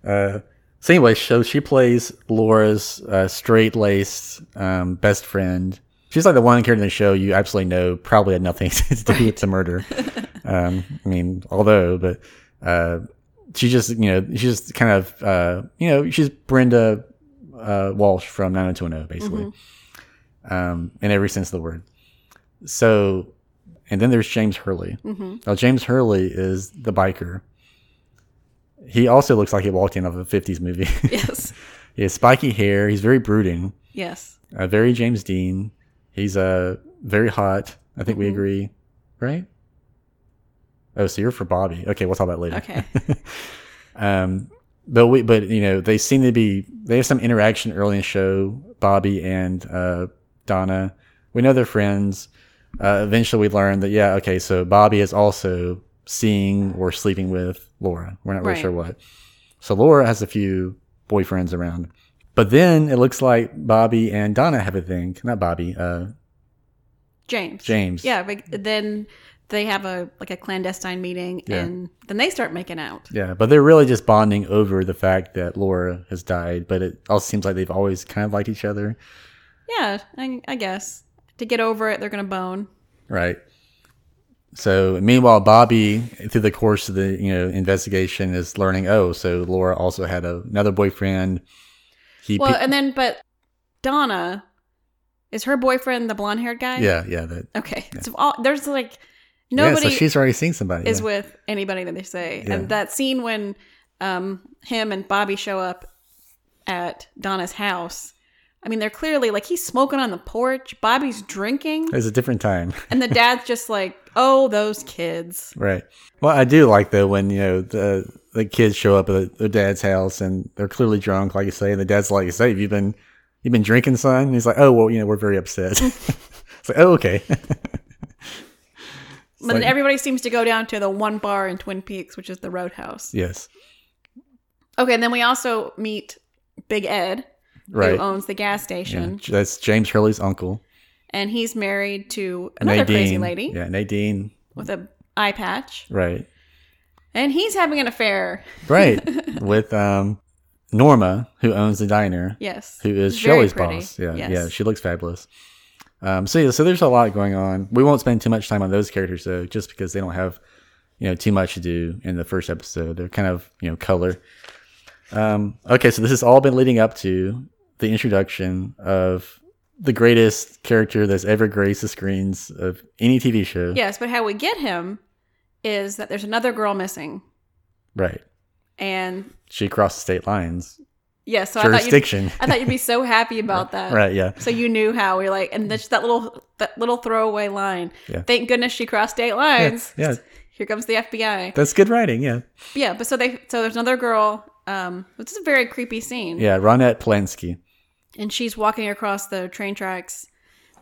S3: Uh, so anyway, so she plays Laura's uh, straight laced um, best friend. She's like the one character in the show you absolutely know probably had nothing to do with the murder. um, I mean, although, but uh, she just you know she's just kind of uh, you know she's Brenda uh, Walsh from 90210 oh, basically, um, in every sense of the word. So, and then there's James Hurley.
S2: Mm-hmm.
S3: Now James Hurley is the biker. He also looks like he walked in off a 50s movie.
S2: Yes.
S3: he has spiky hair. He's very brooding.
S2: yes.
S3: Uh, very James Dean. He's uh, very hot. I think we agree, right? Oh, so you're for Bobby. Okay, we'll talk about it later.
S2: Okay.
S3: Um, but we, but you know, they seem to be. They have some interaction early in the show. Bobby and uh, Donna. We know they're friends. Uh, eventually, we learn that yeah, okay, so Bobby is also seeing or sleeping with Laura. We're not really
S2: Right.
S3: sure what. So Laura has a few boyfriends around. But then it looks like Bobby and Donna have a thing. Not Bobby, uh,
S2: James.
S3: James.
S2: Yeah. But then they have a like a clandestine meeting,
S3: Yeah.
S2: and then they start making out.
S3: Yeah, but they're really just bonding over the fact that Laura has died. But it also seems like they've always kind of liked each other.
S2: Yeah. I, I guess to get over it, they're gonna bone.
S3: Right. So meanwhile, Bobby, through the course of the you know investigation, is learning. Oh, so Laura also had a, another boyfriend. He,
S2: Well,
S3: pe-
S2: and then but Donna is her boyfriend, the blonde-haired guy.
S3: yeah, yeah, that.
S2: Okay. So all, there's like
S3: Nobody
S2: nobody
S3: so she's already seen somebody.
S2: is
S3: yeah.
S2: with anybody that they say.
S3: Yeah.
S2: And that scene when um, him and Bobby show up at Donna's house. I mean, they're clearly like he's smoking on the porch. Bobby's drinking,
S3: It's a different time,
S2: and the dad's just like, "Oh, those kids."
S3: right? Well, I do like though when you know the the kids show up at their dad's house and they're clearly drunk, like you say, and the dad's like, "Say, have you been you been drinking, son?" And he's like, "Oh, well, you know, we're very upset." it's like, "Oh, okay."
S2: But then
S3: like-
S2: everybody seems to go down to the one bar in Twin Peaks, which is the Roadhouse.
S3: yes,
S2: Okay, and then we also meet Big Ed,
S3: right.
S2: who owns the gas
S3: Yeah.
S2: station,
S3: That's James Hurley's uncle.
S2: and he's married to another crazy lady
S3: Yeah, Nadine.
S2: with a eye patch,
S3: Right.
S2: and he's having an affair.
S3: Right. With um Norma, who owns the diner,
S2: Yes,
S3: who is
S2: Very
S3: Shelley's
S2: pretty.
S3: boss. Yeah,
S2: Yes.
S3: yeah, she looks fabulous. Um so yeah, so there's a lot going on. We won't spend too much time on those characters though, just because they don't have, you know, too much to do in the first episode. They're kind of, you know, color. Um okay, so this has all been leading up to the introduction of the greatest character that's ever graced the screens of any TV show.
S2: Yes, but how we get him is that there's another girl missing.
S3: Right.
S2: And
S3: She crossed state lines.
S2: yes, so I thought you'd,
S3: Jurisdiction.
S2: I thought you'd be so happy about that.
S3: Right, yeah.
S2: So you knew how we are like and that's that little that little throwaway line.
S3: Yeah.
S2: Thank goodness she crossed state lines.
S3: yeah.
S2: Here comes the FBI.
S3: That's good writing, yeah.
S2: yeah, but so they so there's another girl um which is a very creepy scene.
S3: Yeah, Ronette Polanski.
S2: And she's walking across the train tracks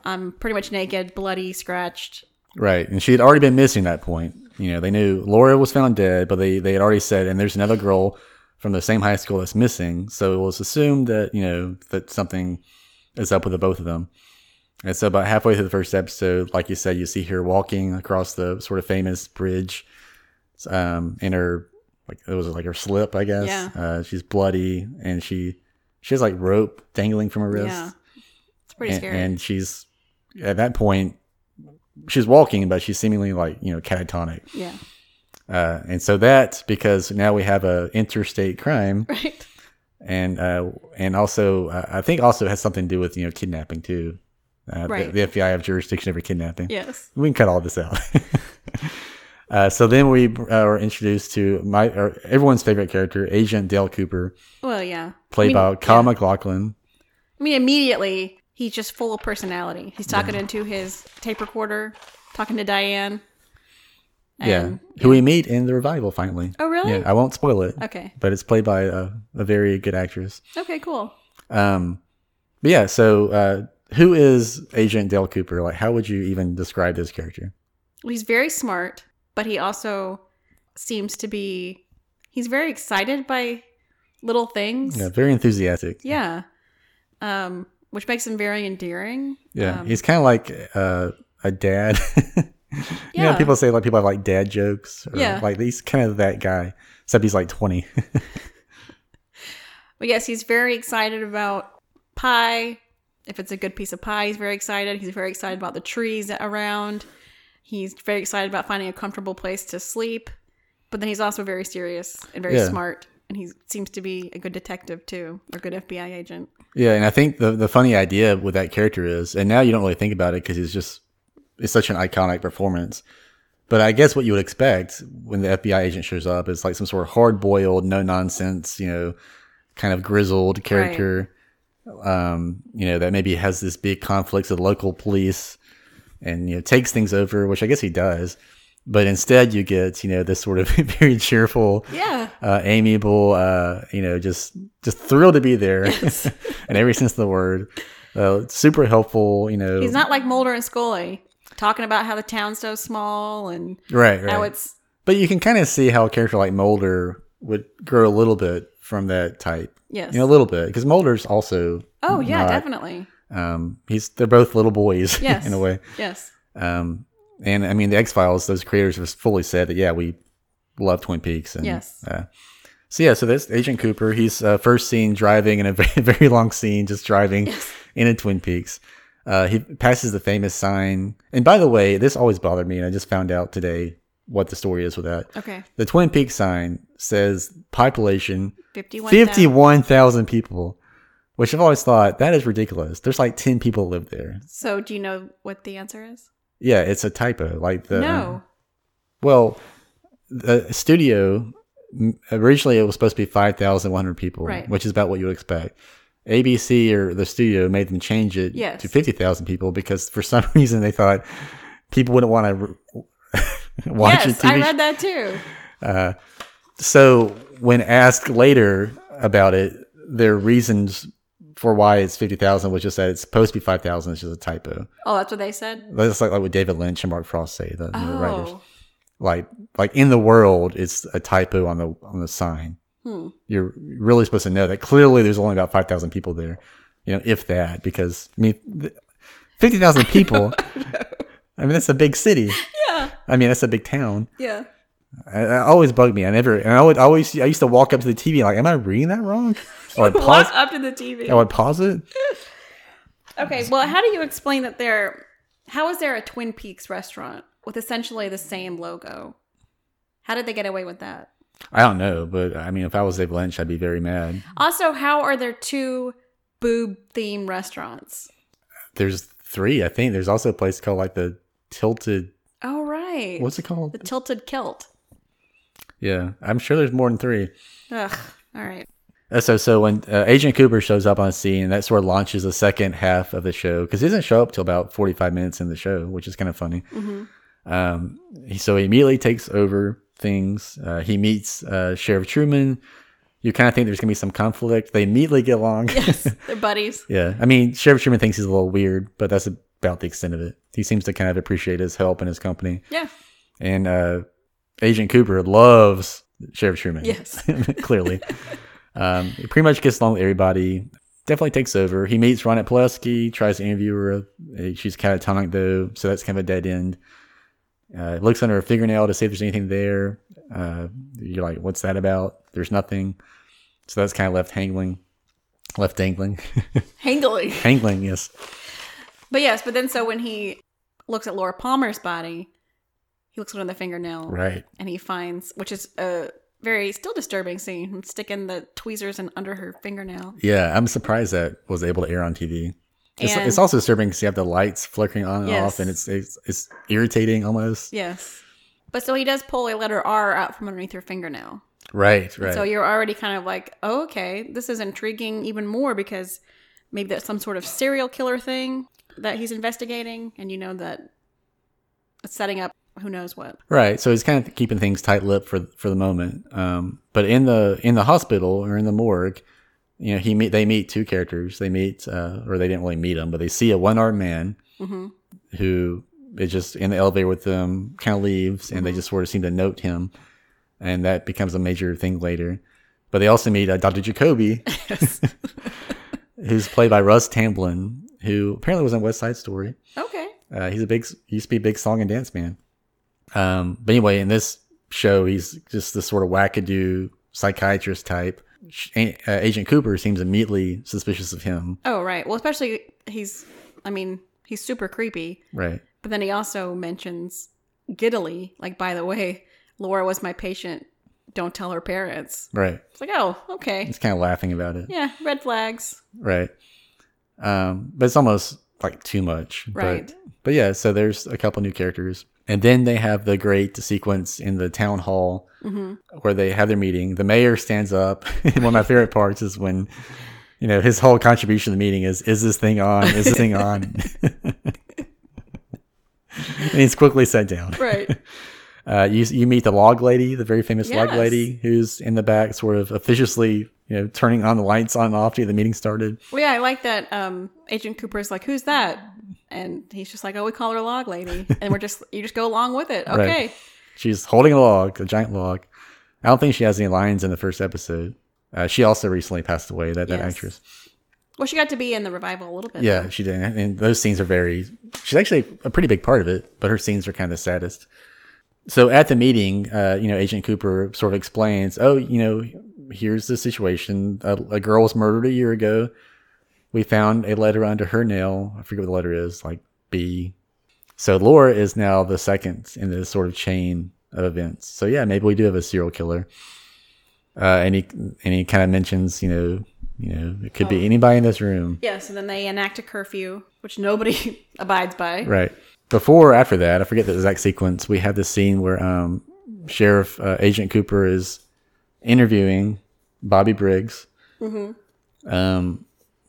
S2: um pretty much naked, bloody, scratched.
S3: Right. And she had already been missing at that point. You know, they knew Laura was found dead, but they, they had already said, and there's another girl from the same high school that's missing. So it was assumed that, you know, that something is up with the both of them. And so about halfway through the first episode, like you said, you see her walking across the sort of famous bridge um, in her, like, it was like her slip, I guess.
S2: Yeah.
S3: Uh, she's bloody and she, she has like rope dangling from her wrist
S2: Yeah. It's pretty
S3: and,
S2: scary.
S3: and she's at that point she's walking, but she's seemingly like you know catatonic.
S2: yeah.
S3: Uh, and so that because now we have a interstate crime,
S2: Right.
S3: and uh, and also uh, I think also has something to do with you know kidnapping too. Uh, the-
S2: Right.
S3: the, FBI have jurisdiction over kidnapping.
S2: Yes.
S3: We can cut all this out. uh, so then we uh, were introduced to my or everyone's favorite character, Agent Dale Cooper,
S2: Well, yeah.
S3: played
S2: I mean,
S3: by Kyle
S2: yeah.
S3: MacLachlan.
S2: I mean, immediately he's just full of personality. He's talking into his tape recorder, talking to Diane.
S3: yeah,
S2: And-
S3: who we meet in the revival finally.
S2: Oh, really?
S3: Yeah, I won't spoil it.
S2: Okay.
S3: but it's played by a, a very good actress.
S2: Okay. Cool.
S3: Um, but yeah, so uh, who is Agent Dale Cooper? Like, how would you even describe this character?
S2: He's very smart, but he also seems to be. He's very excited by little things.
S3: Yeah, very enthusiastic.
S2: Yeah. Um, which makes him very endearing.
S3: yeah,
S2: Um,
S3: he's kind of like uh, a dad. You know,
S2: Yeah.
S3: people say like people have like dad jokes. Or,
S2: Yeah.
S3: like he's kind of that guy, except he's like twenty.
S2: But yes, he's very excited about pie. If it's a good piece of pie, he's very excited. He's very excited about the trees around. He's very excited about finding a comfortable place to sleep. But then he's also very serious and very
S3: Yeah.
S2: smart. And he seems to be a good detective too, or good FBI agent.
S3: yeah, and I think the the funny idea with that character is, and now you don't really think about it because he's just it's such an iconic performance. But I guess what you would expect when the FBI agent shows up is like some sort of hard boiled, no nonsense, you know, kind of grizzled character. Um, you know, that maybe has this big conflicts with local police and you know takes things over, which I guess he does. But instead you get, you know, this sort of very cheerful,
S2: Yeah.
S3: uh, amiable, uh, you know, just just thrilled to be there in every sense of the word. Uh, super helpful, you know.
S2: He's not like Mulder and Scully talking about how the town's so small and
S3: right, right.
S2: how it's
S3: But you can kind of see how a character like Mulder would grow a little bit from that type,
S2: yes.
S3: you know, a little bit, because Mulder's also.
S2: oh yeah,
S3: not-
S2: definitely.
S3: Um, he's they're both little boys
S2: Yes.
S3: in a way.
S2: Yes.
S3: Um, and I mean, the X Files, those creators have fully said that, yeah, we love Twin Peaks. And,
S2: Yes.
S3: Uh, so yeah, so this Agent Cooper, he's uh, first seen driving in a very, very long scene, just driving in a Twin Peaks. Uh, he passes the famous sign, and by the way, this always bothered me, and I just found out today what the story is with that.
S2: Okay.
S3: The Twin Peaks sign says population
S2: Fifty one.
S3: 51,000 people, which I've always thought that is ridiculous. There's like 10 people live there.
S2: So do you know what the answer is?
S3: Yeah, it's a typo. Like the
S2: no.
S3: Well, the studio m- originally it was supposed to be 5,100 people,
S2: Right.
S3: which is about what you would expect. ABC or the studio made them change it
S2: Yes.
S3: to 50,000 people because for some reason they thought people wouldn't want to watch
S2: yes,
S3: a TV
S2: I read that too.
S3: uh, so when asked later about it, their reasons for why it's fifty thousand was just that it's supposed to be five thousand. It's just a typo.
S2: Oh, that's what they said.
S3: That's like, like what David Lynch and Mark Frost say. The, the writers,
S2: Oh,
S3: like like in the world, it's a typo on the on the sign.
S2: Hmm.
S3: You're really supposed to know that. Clearly, there's only about five thousand people there. You know, if that, because I mean, th- fifty thousand people. I mean, that's a big city.
S2: yeah,
S3: I mean, that's a big town.
S2: yeah.
S3: I, I always bugged me. I never, and I would always, I used to walk up to the TV like, am I reading that wrong? I would pause,
S2: Walk up to the TV.
S3: I would pause it.
S2: Okay, well, how do you explain that there? How is there a Twin Peaks restaurant with essentially the same logo? How did they get away with that?
S3: I don't know, but I mean, if I was Dave Lynch, I'd be very mad.
S2: Also, how are there two boob themed restaurants?
S3: There's three, I think. There's also a place called like the Tilted,
S2: Oh, right.
S3: what's it called?
S2: the Tilted Kilt?
S3: yeah, I'm sure there's more than three.
S2: Ugh. All right.
S3: Uh, So, so when uh, Agent Cooper shows up on scene, that sort of launches the second half of the show because he doesn't show up till about 45 minutes in the show, which is kind of funny.
S2: Mhm.
S3: Um, he- so he immediately takes over things. Uh, he meets uh, Sheriff Truman. You kind of think there's going to be some conflict. They immediately get along.
S2: Yes, they're buddies.
S3: yeah. I mean, Sheriff Truman thinks he's a little weird, but that's a about the extent of it. He seems to kind of appreciate his help and his company.
S2: Yeah.
S3: And uh, Agent Cooper loves Sheriff Truman.
S2: Yes.
S3: clearly. um, he pretty much gets along with everybody. Definitely takes over. He meets Ronette Pulaski, tries to interview her. Uh, She's catatonic though, so that's kind of a dead end. Uh, looks under her fingernail to see if there's anything there. Uh, you're like, what's that about? There's nothing. So that's kind of left hangling, left dangling,
S2: Hangling.
S3: hangling. Yes.
S2: But yes, but then so when he looks at Laura Palmer's body, he looks at another fingernail
S3: Right.
S2: and he finds, which is a very still disturbing scene, him sticking the tweezers and under her fingernail.
S3: Yeah, I'm surprised that was able to air on TV. It's,
S2: And-
S3: it's also disturbing because you have the lights flickering on and
S2: Yes.
S3: off, and it's, it's it's irritating almost.
S2: Yes. But so he does pull a letter R out from underneath her fingernail.
S3: Right,
S2: And
S3: right.
S2: So you're already kind of like, oh, okay, this is intriguing even more because maybe that's some sort of serial killer thing that he's investigating, and you know that it's setting up who knows what.
S3: Right. So he's kind of keeping things tight lipped for for the moment. Um, but in the in the hospital or in the morgue, you know, he meet they meet two characters. They meet, uh, or they didn't really meet him, but they see a one armed man
S2: hmm
S3: who is just in the elevator with them, kind of leaves, and they just sort of seem to note him, and that becomes a major thing later. But they also meet uh, Dr. Jacoby, who's played by Russ Tamblyn, who apparently was on West Side Story.
S2: Okay.
S3: Uh, he's a big, he used to be a big song and dance man. Um, but anyway, in this show, he's just this sort of wackadoo psychiatrist type. Sh- A- uh, Agent Cooper seems immediately suspicious of him,
S2: Oh, right. Well, especially he's, I mean, he's super creepy,
S3: right?
S2: but then he also mentions giddily, like, by the way, Laura was my patient. Don't tell her parents.
S3: Right.
S2: It's like, oh, okay.
S3: He's kind of laughing about it,
S2: Yeah, red flags.
S3: right? Um, but it's almost like too much, But-
S2: Right.
S3: But yeah, so there's a couple new characters. And then they have the great sequence in the town hall
S2: hmm
S3: where they have their meeting. The mayor stands up. and one of my favorite parts is when, you know, his whole contribution to the meeting is, is this thing on? Is this thing on? and he's quickly set down.
S2: Right.
S3: Uh, you, you meet the log lady, the very famous log
S2: Yes.
S3: lady, who's in the back, sort of officiously, you know, turning on the lights on and off to get the meeting started.
S2: Well, yeah, I like that. Um, Agent Cooper's like, "Who's that?" And he's just like, "Oh, we call her Log Lady," and we're just you just go along with it.
S3: Right.
S2: Okay,
S3: She's holding a log, a giant log. I don't think she has any lines in the first episode. Uh, she also recently passed away. That that
S2: Yes.
S3: actress.
S2: well, she got to be in the revival a little bit.
S3: Yeah, she did. And those scenes are very. She's actually a pretty big part of it, but her scenes are kind of the saddest. So at the meeting, uh, you know, Agent Cooper sort of explains, "Oh, you know, here's the situation. A, a girl was murdered a year ago. We found a letter under her nail. I forget what the letter is, like B. So Laura is now the second in this sort of chain of events. So yeah, maybe we do have a serial killer. Uh, and he and he kind of mentions, you know, you know, it could be anybody in this room.
S2: Yeah. So then they enact a curfew, which nobody abides by.
S3: Right. Before or after that, I forget the exact sequence. We had this scene where um, Sheriff uh, Agent Cooper is interviewing Bobby Briggs.
S2: Mm-hmm.
S3: Um,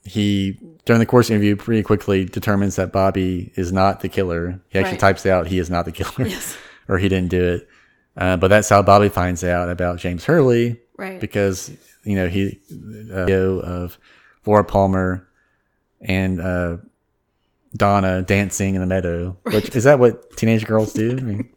S3: he during the course of the interview pretty quickly determines that Bobby is not the killer. He actually
S2: Right.
S3: types out he is not the killer,
S2: Yes.
S3: or he didn't do it. Uh, but that's how Bobby finds out about James Hurley
S2: Right.
S3: because you know he uh, video of Laura Palmer and uh, Donna dancing in the meadow. Which is that what teenage girls do? I mean,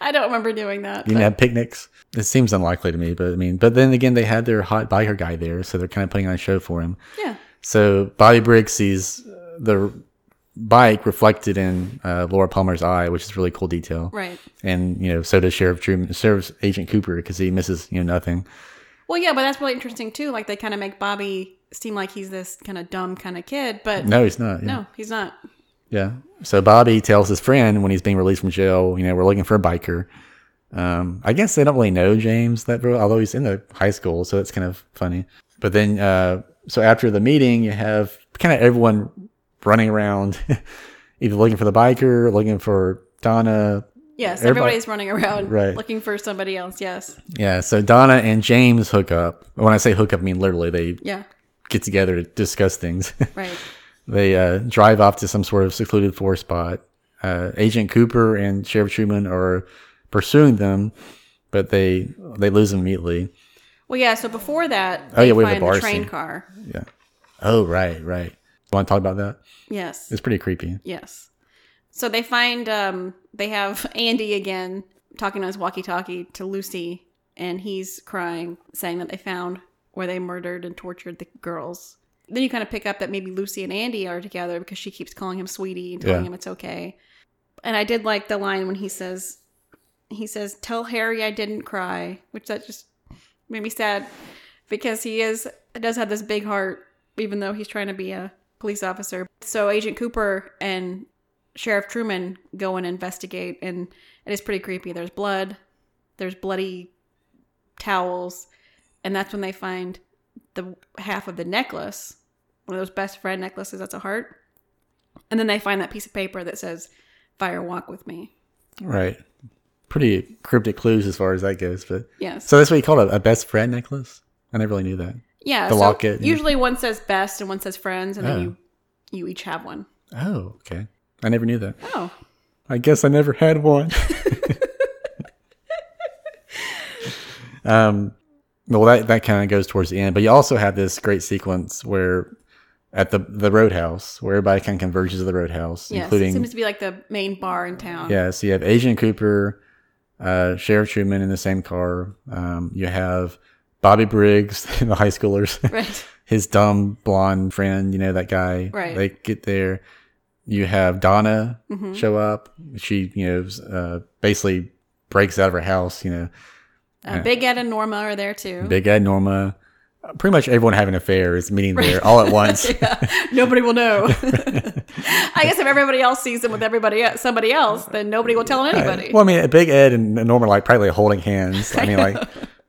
S2: I don't remember doing that.
S3: you know, have picnics. It seems unlikely to me, but I mean, but then again, they had their hot biker guy there, so they're kind of putting on a show for him.
S2: yeah.
S3: So Bobby Briggs sees uh, the bike reflected in uh, Laura Palmer's eye, which is a really cool detail.
S2: Right.
S3: And you know, so does Sheriff Truman, Sheriff Agent Cooper, because he misses you know nothing.
S2: Well, yeah, but that's really interesting too. Like they kind of make Bobby seem like he's this kind of dumb kind of kid, but
S3: No, he's not. yeah.
S2: no, he's not.
S3: Yeah. So Bobby tells his friend when he's being released from jail, you know, we're looking for a biker. Um, I guess they don't really know James that well, although he's in the high school, so that's kind of funny. But then, uh, so after the meeting, you have kind of everyone running around, either looking for the biker, looking for Donna.
S2: Yes.
S3: Everybody-
S2: Everybody's running around
S3: Right.
S2: looking for somebody else. Yes.
S3: Yeah. So Donna and James hook up. When I say hook up, I mean literally they
S2: Yeah.
S3: get together to discuss things.
S2: Right.
S3: They uh, drive off to some sort of secluded forest spot. Uh, Agent Cooper and Sheriff Truman are pursuing them, but they they lose them immediately.
S2: Well, yeah. So before that,
S3: Oh,
S2: they
S3: yeah, we have a
S2: find the
S3: bar
S2: train
S3: scene.
S2: car.
S3: Oh, right, right. Want to talk about that?
S2: Yes.
S3: It's pretty creepy.
S2: Yes. So they find um they have Andy again talking on his walkie-talkie to Lucy and he's crying saying that they found where they murdered and tortured the girls. Then you kind of pick up that maybe Lucy and Andy are together because she keeps calling him sweetie and telling
S3: Yeah.
S2: him it's okay. And I did like the line when he says he says tell Harry I didn't cry, which that just made me sad because he is does have this big heart, even though he's trying to be a police officer. So Agent Cooper and Sheriff Truman go and investigate, and it is pretty creepy. There's blood, there's bloody towels, and that's when they find the half of the necklace, one of those best friend necklaces that's a heart, and then they find that piece of paper that says "Fire Walk with Me."
S3: Right. Pretty cryptic clues as far as that goes. But
S2: Yes.
S3: so that's what you call it a best friend necklace. I never really knew that.
S2: yeah.
S3: the
S2: so
S3: locket, yeah.
S2: Usually, one says best and one says friends, and then
S3: Oh.
S2: you you each have one.
S3: Oh, okay. I never knew that.
S2: Oh.
S3: I guess I never had one. um, well, that, that kind of goes towards the end, but you also have this great sequence where at the the roadhouse, where everybody kind of converges to the roadhouse,
S2: Yes, it
S3: including
S2: seems to be like the main bar in town.
S3: yeah. So you have Agent Cooper, uh, Sheriff Truman in the same car. Um, you have Bobby Briggs, the high schoolers,
S2: Right.
S3: his dumb blonde friend, you know that guy.
S2: Right.
S3: They get there. You have Donna
S2: hmm
S3: Mm-hmm. show up. She, you know, s- uh, basically breaks out of her house. You know,
S2: Uh, Big Ed and Norma are there too.
S3: Big Ed, Norma, uh, pretty much everyone having an affair is meeting there all at once.
S2: Yeah, nobody will know. I guess if everybody else sees them with everybody el- somebody else, then nobody will tell anybody.
S3: Uh, well, I mean, Big Ed and Norma are like probably holding hands. I mean, like,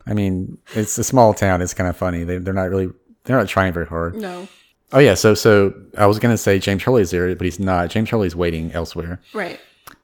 S3: I mean, it's a small town. It's kind of funny. They, they're not really. They're not trying very hard.
S2: no,
S3: Oh yeah, so so I was gonna say James Hurley's there, but he's not. James Hurley's waiting elsewhere.
S2: right.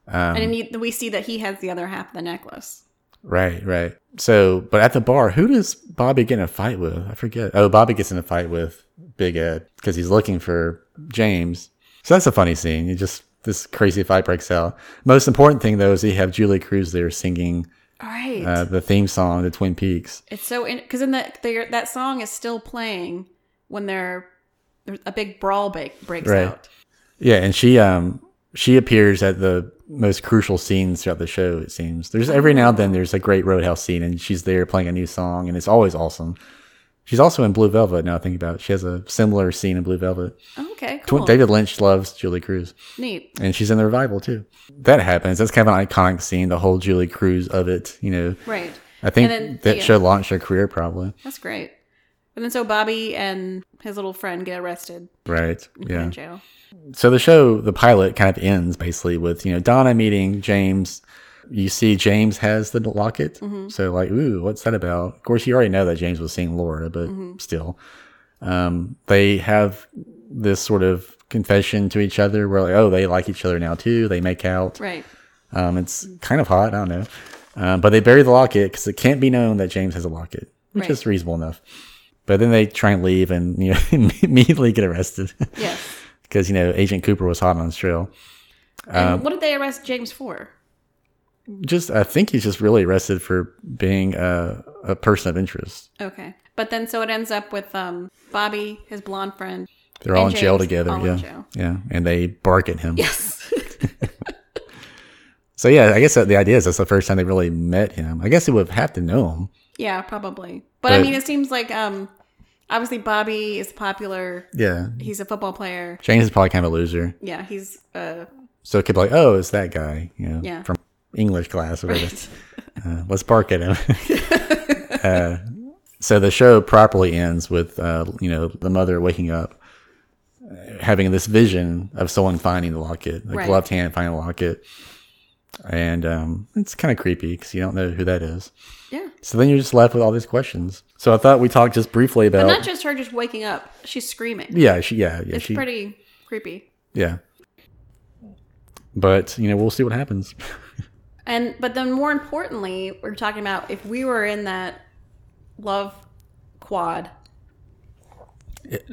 S3: Um,
S2: and then you, we see that he has the other half of the necklace.
S3: Right, right. So, but at the bar, who does Bobby get in a fight with? I forget. Oh, Bobby gets in a fight with Big Ed because he's looking for James. So that's a funny scene. You just this crazy fight breaks out. Most important thing though is you have Julie Cruz there singing
S2: All right.
S3: uh, the theme song to Twin Peaks.
S2: it's so because in, that they that song is still playing when they're there's a big brawl break, breaks
S3: Right.
S2: out.
S3: Yeah, and she um she appears at the most crucial scenes throughout the show. It seems there's every now and then there's a great Roadhouse scene, and she's there playing a new song, and it's always awesome. She's also in Blue Velvet. Now I think about it, she has a similar scene in Blue Velvet.
S2: Oh, Okay,
S3: Tw
S2: cool.
S3: David Lynch loves Julie Cruz,
S2: Neat.
S3: and she's in the revival too. That happens. That's kind of an iconic scene. The whole Julie Cruz of it, you know.
S2: Right.
S3: I think
S2: And then
S3: that
S2: the-
S3: show launched her career, probably.
S2: That's great. And then so Bobby and his little friend get arrested
S3: Right.
S2: and put
S3: Yeah.
S2: in jail.
S3: So the show, the pilot, kind of ends basically with you know Donna meeting James. You see, James has the locket.
S2: Mm-hmm.
S3: So like, ooh, what's that about? Of course, you already know that James was seeing Laura, but
S2: Mm-hmm.
S3: still, um, they have this sort of confession to each other where like, oh, they like each other now too. They make out.
S2: Right.
S3: Um, it's kind of hot. I don't know. Um, but they bury the locket because it can't be known that James has a locket, which
S2: Right.
S3: is reasonable enough. But then they try and leave and you know, immediately get arrested
S2: Yes.
S3: because, you know, Agent Cooper was hot on his trail. Uh,
S2: And what did they arrest James for?
S3: Just, I think he's just really arrested for being a, a person of interest.
S2: Okay. But then so it ends up with um Bobby, his blonde friend.
S3: They're all
S2: And
S3: in jail
S2: James,
S3: together.
S2: all in
S3: yeah.
S2: jail.
S3: Yeah. And they bark at him.
S2: Yes.
S3: So, yeah, I guess that the idea is that's the first time they really met him. I guess they would have to know him.
S2: yeah, probably. But, I
S3: But-
S2: mean it seems like um obviously Bobby is popular.
S3: Yeah.
S2: He's a football player.
S3: James is probably kind of a loser.
S2: Yeah, he's uh
S3: So it could be like, oh, it's that guy, you know,
S2: Yeah.
S3: from English class or whatever. Uh, let's bark at him. uh, so the show properly ends with, uh, you know, the mother waking up, uh, having this vision of someone finding the locket, like
S2: Right.
S3: left hand finding the locket. And um, it's kind of creepy because you don't know who that is.
S2: yeah.
S3: So then you're just left with all these questions. So I thought we talked just briefly
S2: But
S3: about.
S2: not just her just waking up. She's screaming.
S3: yeah, she, yeah, yeah,
S2: it's
S3: she,
S2: pretty creepy.
S3: yeah. But you know, we'll see what happens.
S2: And but then more importantly, we're talking about if we were in that love quad.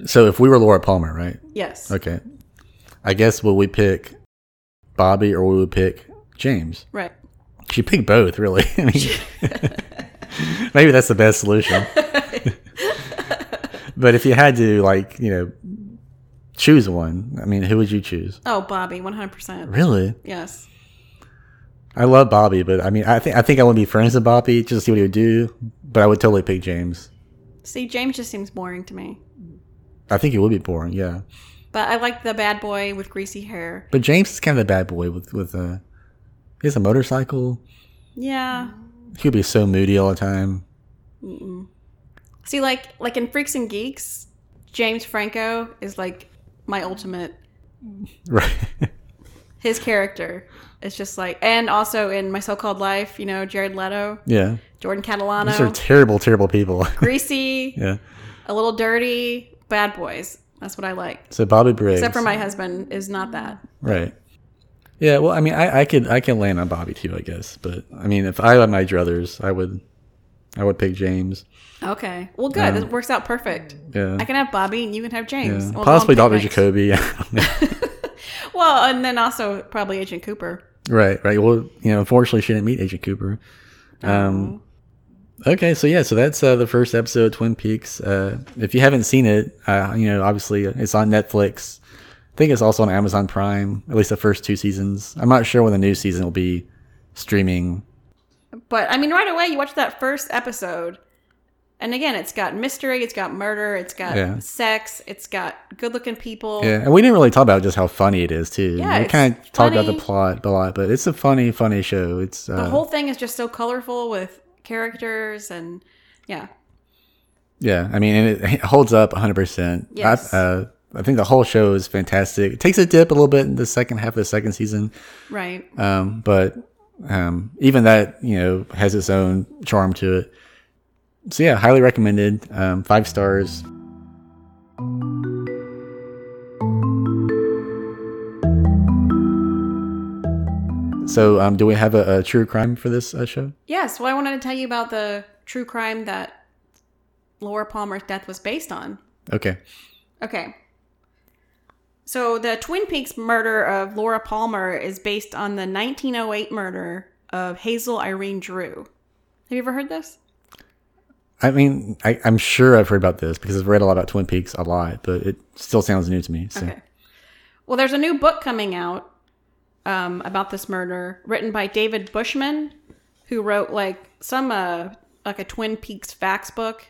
S3: So if we were Laura Palmer, right?
S2: Yes.
S3: Okay. I guess will we pick Bobby or will we pick James?
S2: Right.
S3: She picked both, really. I mean, maybe that's the best solution. but if you had to, like, you know, Choose one. I mean, who would you choose?
S2: Oh, Bobby, 100%.
S3: Really?
S2: Yes.
S3: I love Bobby, but I mean, I think I think I would be friends with Bobby just to see what he would do. But I would totally pick James.
S2: See, James just seems boring to me.
S3: I think he would be boring. Yeah,
S2: But I like the bad boy with greasy hair.
S3: but James is kind of a bad boy with with a. He has a motorcycle.
S2: Yeah.
S3: He'd be so moody all the time.
S2: Mm-mm. See, like like in Freaks and Geeks, James Franco is like my ultimate.
S3: Right.
S2: His character is just like, and also in my so-called life, you know, Jared Leto,
S3: yeah.
S2: Jordan
S3: These are
S2: Catalano,
S3: terrible, terrible people.
S2: greasy,
S3: yeah.
S2: a little dirty, bad boys. That's what I like.
S3: So Bobby Briggs.
S2: Except for my husband is not that.
S3: Right. Yeah, well, I mean, I, I could I can land on Bobby too, I guess. But I mean, if I had my druthers, I would, I would pick James.
S2: Okay. Well, good. this works out perfect.
S3: Yeah,
S2: I can have Bobby and you can have James.
S3: yeah.
S2: We'll go
S3: possibly
S2: on
S3: Doctor
S2: picnics.
S3: Jacoby. I don't know.
S2: Well, and then also probably Agent Cooper.
S3: right, right. Well, you know, unfortunately, she didn't meet Agent Cooper.
S2: Oh.
S3: Um, okay, so yeah, so that's uh, the first episode of Twin Peaks. Uh, if you haven't seen it, uh, you know, obviously it's on Netflix. I think it's also on Amazon Prime. At least the first two seasons. I'm not sure when the new season will be streaming.
S2: But I mean, right away you watch that first episode, and again, it's got mystery, it's got murder, it's got
S3: Yeah.
S2: sex, it's got good-looking people.
S3: Yeah, and we didn't really talk about just how funny it is too.
S2: Yeah,
S3: we
S2: it's
S3: kind of talked about the
S2: funny.
S3: plot a lot, but it's a funny, funny show. It's
S2: The
S3: uh,
S2: whole thing is just so colorful with characters and yeah,
S3: yeah. I mean, and it, it holds up 100. percent
S2: Yes.
S3: I, uh, I think the whole show is fantastic. It takes a dip a little bit in the second half of the second season,
S2: right.
S3: um, but um, even that you know has its own charm to it. So yeah, highly recommended. Um, five stars. So, um, do we have a, a true crime for this uh, show?
S2: Yes. Well, I wanted to tell you about the true crime that Laura Palmer's death was based on.
S3: Okay.
S2: Okay. So the Twin Peaks murder of Laura Palmer is based on the 1908 murder of Hazel Irene Drew. Have you ever heard this?
S3: I mean, I, I'm sure I've heard about this because I've read a lot about Twin Peaks a lot, but it still sounds new to me. So,
S2: Okay. Well, there's a new book coming out um, about this murder, written by David Bushman, who wrote like some uh, like a Twin Peaks facts book.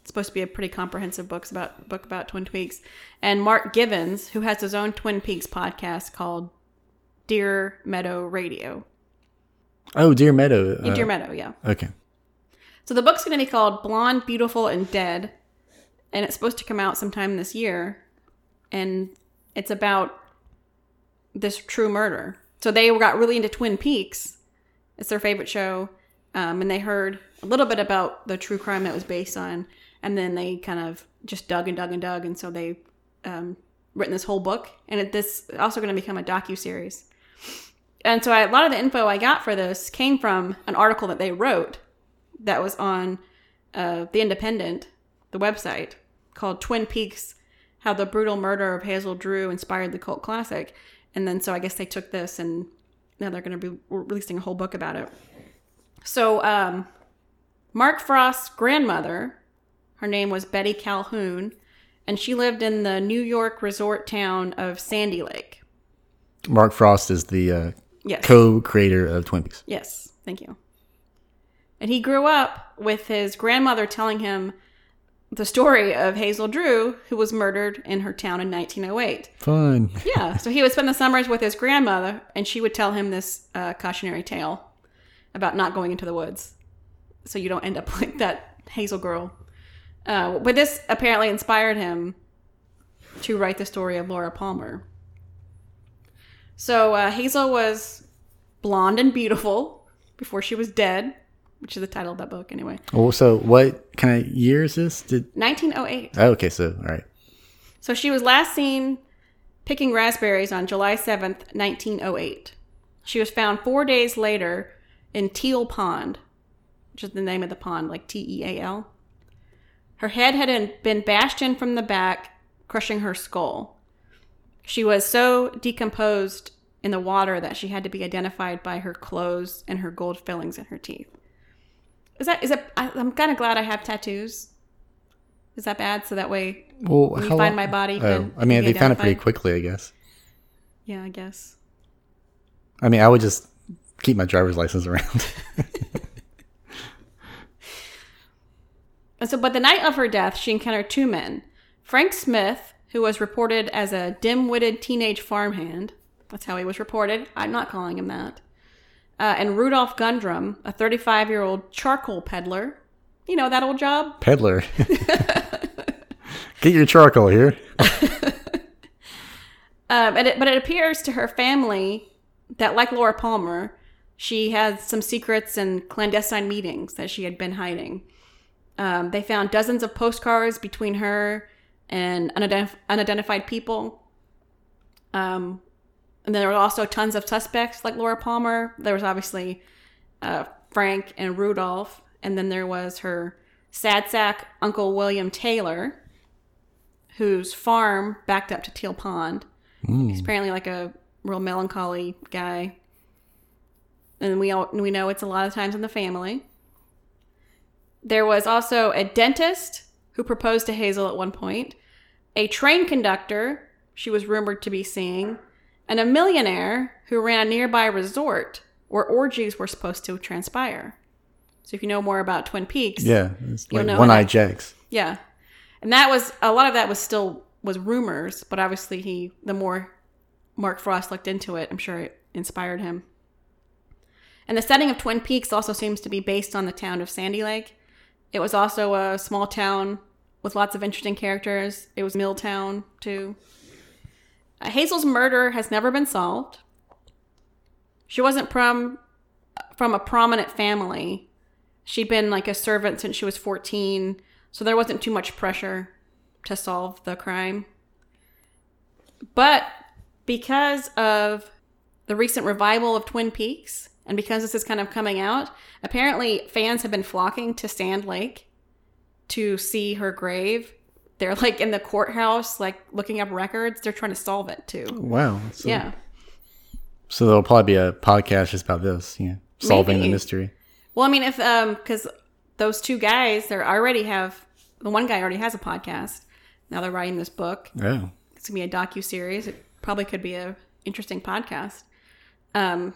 S2: It's supposed to be a pretty comprehensive books about book about Twin Peaks, and Mark Givens, who has his own Twin Peaks podcast called Dear Meadow Radio.
S3: oh, Dear Meadow. uh,
S2: Dear Meadow, yeah.
S3: okay.
S2: So the book's going to be called Blonde, Beautiful, and Dead, and it's supposed to come out sometime this year. And it's about this true murder. So they got really into Twin Peaks. It's their favorite show. Um, and they heard a little bit about the true crime that was based on. And then they kind of just dug and dug and dug. And so they um, written this whole book. And it, this is also going to become a docu series. And so I, a lot of the info I got for this came from an article that they wrote that was on uh, the Independent, the website called Twin Peaks: How the Brutal Murder of Hazel Drew Inspired the Cult Classic. And then so I guess they took this and now they're going to be releasing a whole book about it. So um, Mark Frost's grandmother, her name was Betty Calhoun, and she lived in the New York resort town of Sandy Lake.
S3: Mark Frost is the uh,
S2: Yes.
S3: co-creator of Twin Peaks.
S2: Yes, thank you. And he grew up with his grandmother telling him the story of Hazel Drew, who was murdered in her town in 1908.
S3: Fun.
S2: Yeah, so he would spend the summers with his grandmother, and she would tell him this uh, cautionary tale about not going into the woods so you don't end up like that Hazel girl. Uh, but this apparently inspired him to write the story of Laura Palmer. So uh, Hazel was blonde and beautiful before she was dead, which is the title of that book, anyway.
S3: Well, Oh, so what kind of year is this? Did
S2: 1908.
S3: oh, okay, so all right,
S2: So she was last seen picking raspberries on July 7th, 1908. She was found four days later in Teal Pond, which is the name of the pond, like T E A L. Her head had been bashed in from the back, crushing her skull. She was so decomposed in the water that she had to be identified by her clothes and her gold fillings in her teeth. Is that is that? I, I'm kind of glad I have tattoos Is that bad? So that way,
S3: Well,
S2: When you
S3: how
S2: find my
S3: long-
S2: body, you
S3: Oh,
S2: can-
S3: I mean,
S2: you
S3: they
S2: can
S3: found it pretty
S2: identify.
S3: quickly, I guess.
S2: yeah, I guess.
S3: I mean, I would just keep my driver's license around.
S2: And so, but the night of her death, she encountered two men Frank Smith, who was reported as a dim witted teenage farmhand. That's how he was reported. I'm not calling him that. Uh, and Rudolph Gundrum, a 35 year old charcoal peddler. You know, that old job?
S3: Peddler, get your charcoal here.
S2: Um, and it, but it appears to her family that, like Laura Palmer, she had some secrets and clandestine meetings that she had been hiding. Um, they found dozens of postcards between her and unidentif- unidentified people. Um, and there were also tons of suspects like Laura Palmer. There was obviously uh, Frank and Rudolph. And then there was her sad sack Uncle William Taylor, whose farm backed up to Teal Pond. He's apparently like a real melancholy guy, and we all we know it's a lot of times in the family. There was also a dentist who proposed to Hazel at one point, a train conductor she was rumored to be seeing, and a millionaire who ran a nearby resort where orgies were supposed to transpire. So if you know more about Twin Peaks,
S3: Yeah, it's
S2: You'll
S3: like
S2: know
S3: one eye
S2: that.
S3: jacks.
S2: yeah. And that was a lot of that was still was rumors, but obviously he the more Mark Frost looked into it, I'm sure it inspired him. And the setting of Twin Peaks also seems to be based on the town of Sandy Lake. It was also a small town with lots of interesting characters. It was mill town too. Uh, Hazel's murder has never been solved. She wasn't from from a prominent family. She'd been like a servant since she was 14, so there wasn't too much pressure to solve the crime. But because of the recent revival of Twin Peaks, and because this is kind of coming out, apparently fans have been flocking to Sand Lake to see her grave. They're like in the courthouse, like looking up records. They're trying to solve it too.
S3: Wow. Oh, So,
S2: Yeah.
S3: So there'll probably be a podcast just about this, you know, solving
S2: Maybe.
S3: the mystery.
S2: Well, I mean, if um, because those two guys, they already have the one guy already has a podcast. Now they're writing this book.
S3: Oh,
S2: It's gonna be a docu series. It probably could be a interesting podcast. Um,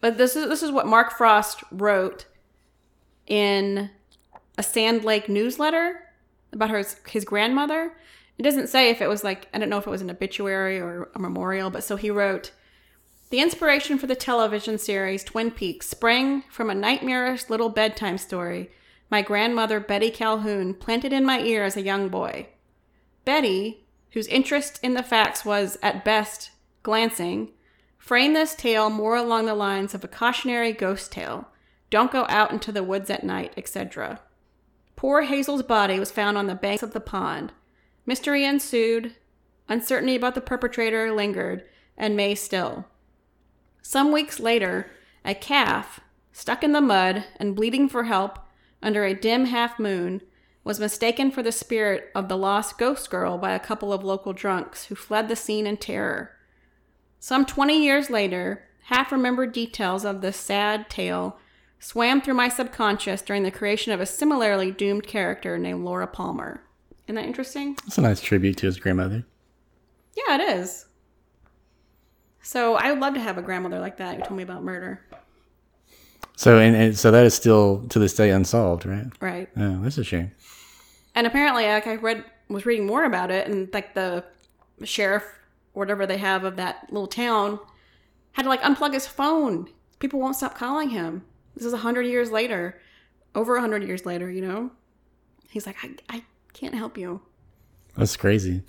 S2: but this is this is what Mark Frost wrote in a Sand Lake newsletter about her his grandmother. It doesn't say if it was like I don't know if it was an obituary or a memorial, but so he wrote. The inspiration for the television series Twin Peaks sprang from a nightmarish little bedtime story my grandmother Betty Calhoun planted in my ear as a young boy. Betty, whose interest in the facts was, at best, glancing, framed this tale more along the lines of a cautionary ghost tale don't go out into the woods at night, etc. Poor Hazel's body was found on the banks of the pond. Mystery ensued, uncertainty about the perpetrator lingered, and may still. Some weeks later, a calf, stuck in the mud and bleeding for help under a dim half moon, was mistaken for the spirit of the lost ghost girl by a couple of local drunks who fled the scene in terror. Some 20 years later, half remembered details of this sad tale swam through my subconscious during the creation of a similarly doomed character named Laura Palmer. Isn't that interesting?
S3: that's a nice tribute to his grandmother.
S2: Yeah, it is. So I would love to have a grandmother like that who told me about murder.
S3: So and, and so that is still to this day unsolved, right?
S2: Right.
S3: Oh, that's a shame.
S2: And apparently, like I read, was reading more about it, and like the sheriff, whatever they have of that little town, had to like unplug his phone. People won't stop calling him. This is a hundred years later, over a hundred years later. You know, he's like, I, I can't help you.
S3: That's crazy.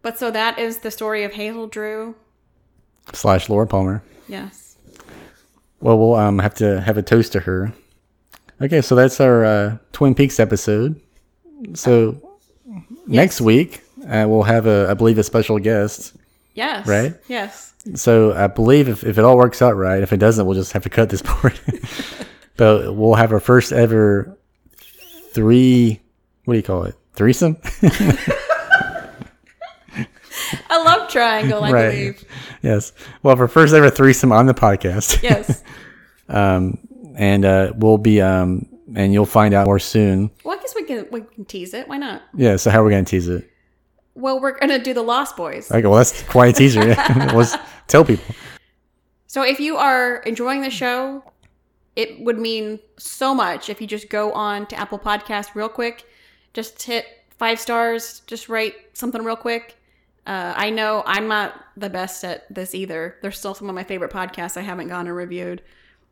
S2: But so that is the story of Hazel Drew.
S3: Slash Laura Palmer.
S2: Yes.
S3: Well, we'll um, have to have a toast to her. Okay, so that's our uh, Twin Peaks episode. So next week uh, we'll have a, I believe, a special guest.
S2: Yes.
S3: Right?
S2: Yes.
S3: So I believe if, if it all works out right, if it doesn't, we'll just have to cut this part. but we'll have our first ever three. What do you call it? Threesome.
S2: I love triangle. I
S3: Right.
S2: believe.
S3: yes. Well, have our first ever threesome on the podcast.
S2: Yes.
S3: Um, and uh, we'll be um, and you'll find out more soon.
S2: Well, I guess we can we can tease it. Why not?
S3: Yeah. So how are we gonna tease it?
S2: Well, we're gonna do the Lost Boys.
S3: Okay. Well, that's quite a teaser. Let's tell people.
S2: So if you are enjoying the show, it would mean so much if you just go on to Apple Podcast real quick, just hit five stars, just write something real quick. Uh, I know I'm not the best at this either. There's still some of my favorite podcasts I haven't gone and reviewed,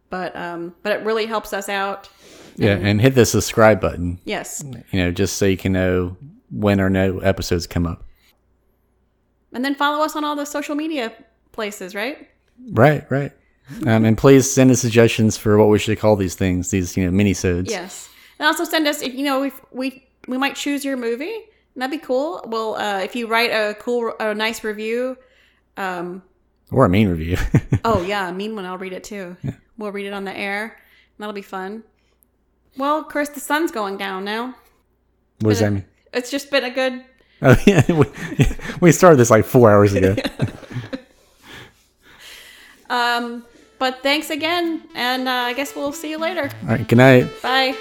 S2: but um, but it really helps us out.
S3: Yeah, and hit the subscribe button.
S2: Yes,
S3: You know, just so you can know when or no episodes come up.
S2: and then follow us on all the social media places, right?
S3: Right. Right. Um, and please send us suggestions for what we should call these things. These you know minisodes.
S2: Yes, and also send us if you know if we we might choose your movie. and That'd be cool. Well, uh, if you write a cool, a nice review, um,
S3: Or a mean review.
S2: Oh yeah, mean one. I'll read it too. We'll read it on the air. and That'll be fun. Well, Chris, the sun's going down now.
S3: what does that mean?
S2: It's just been a good.
S3: Oh yeah, we, we started this like four hours ago.
S2: Um, but thanks again, and uh, I guess we'll see you later.
S3: All right, good night.
S2: Bye.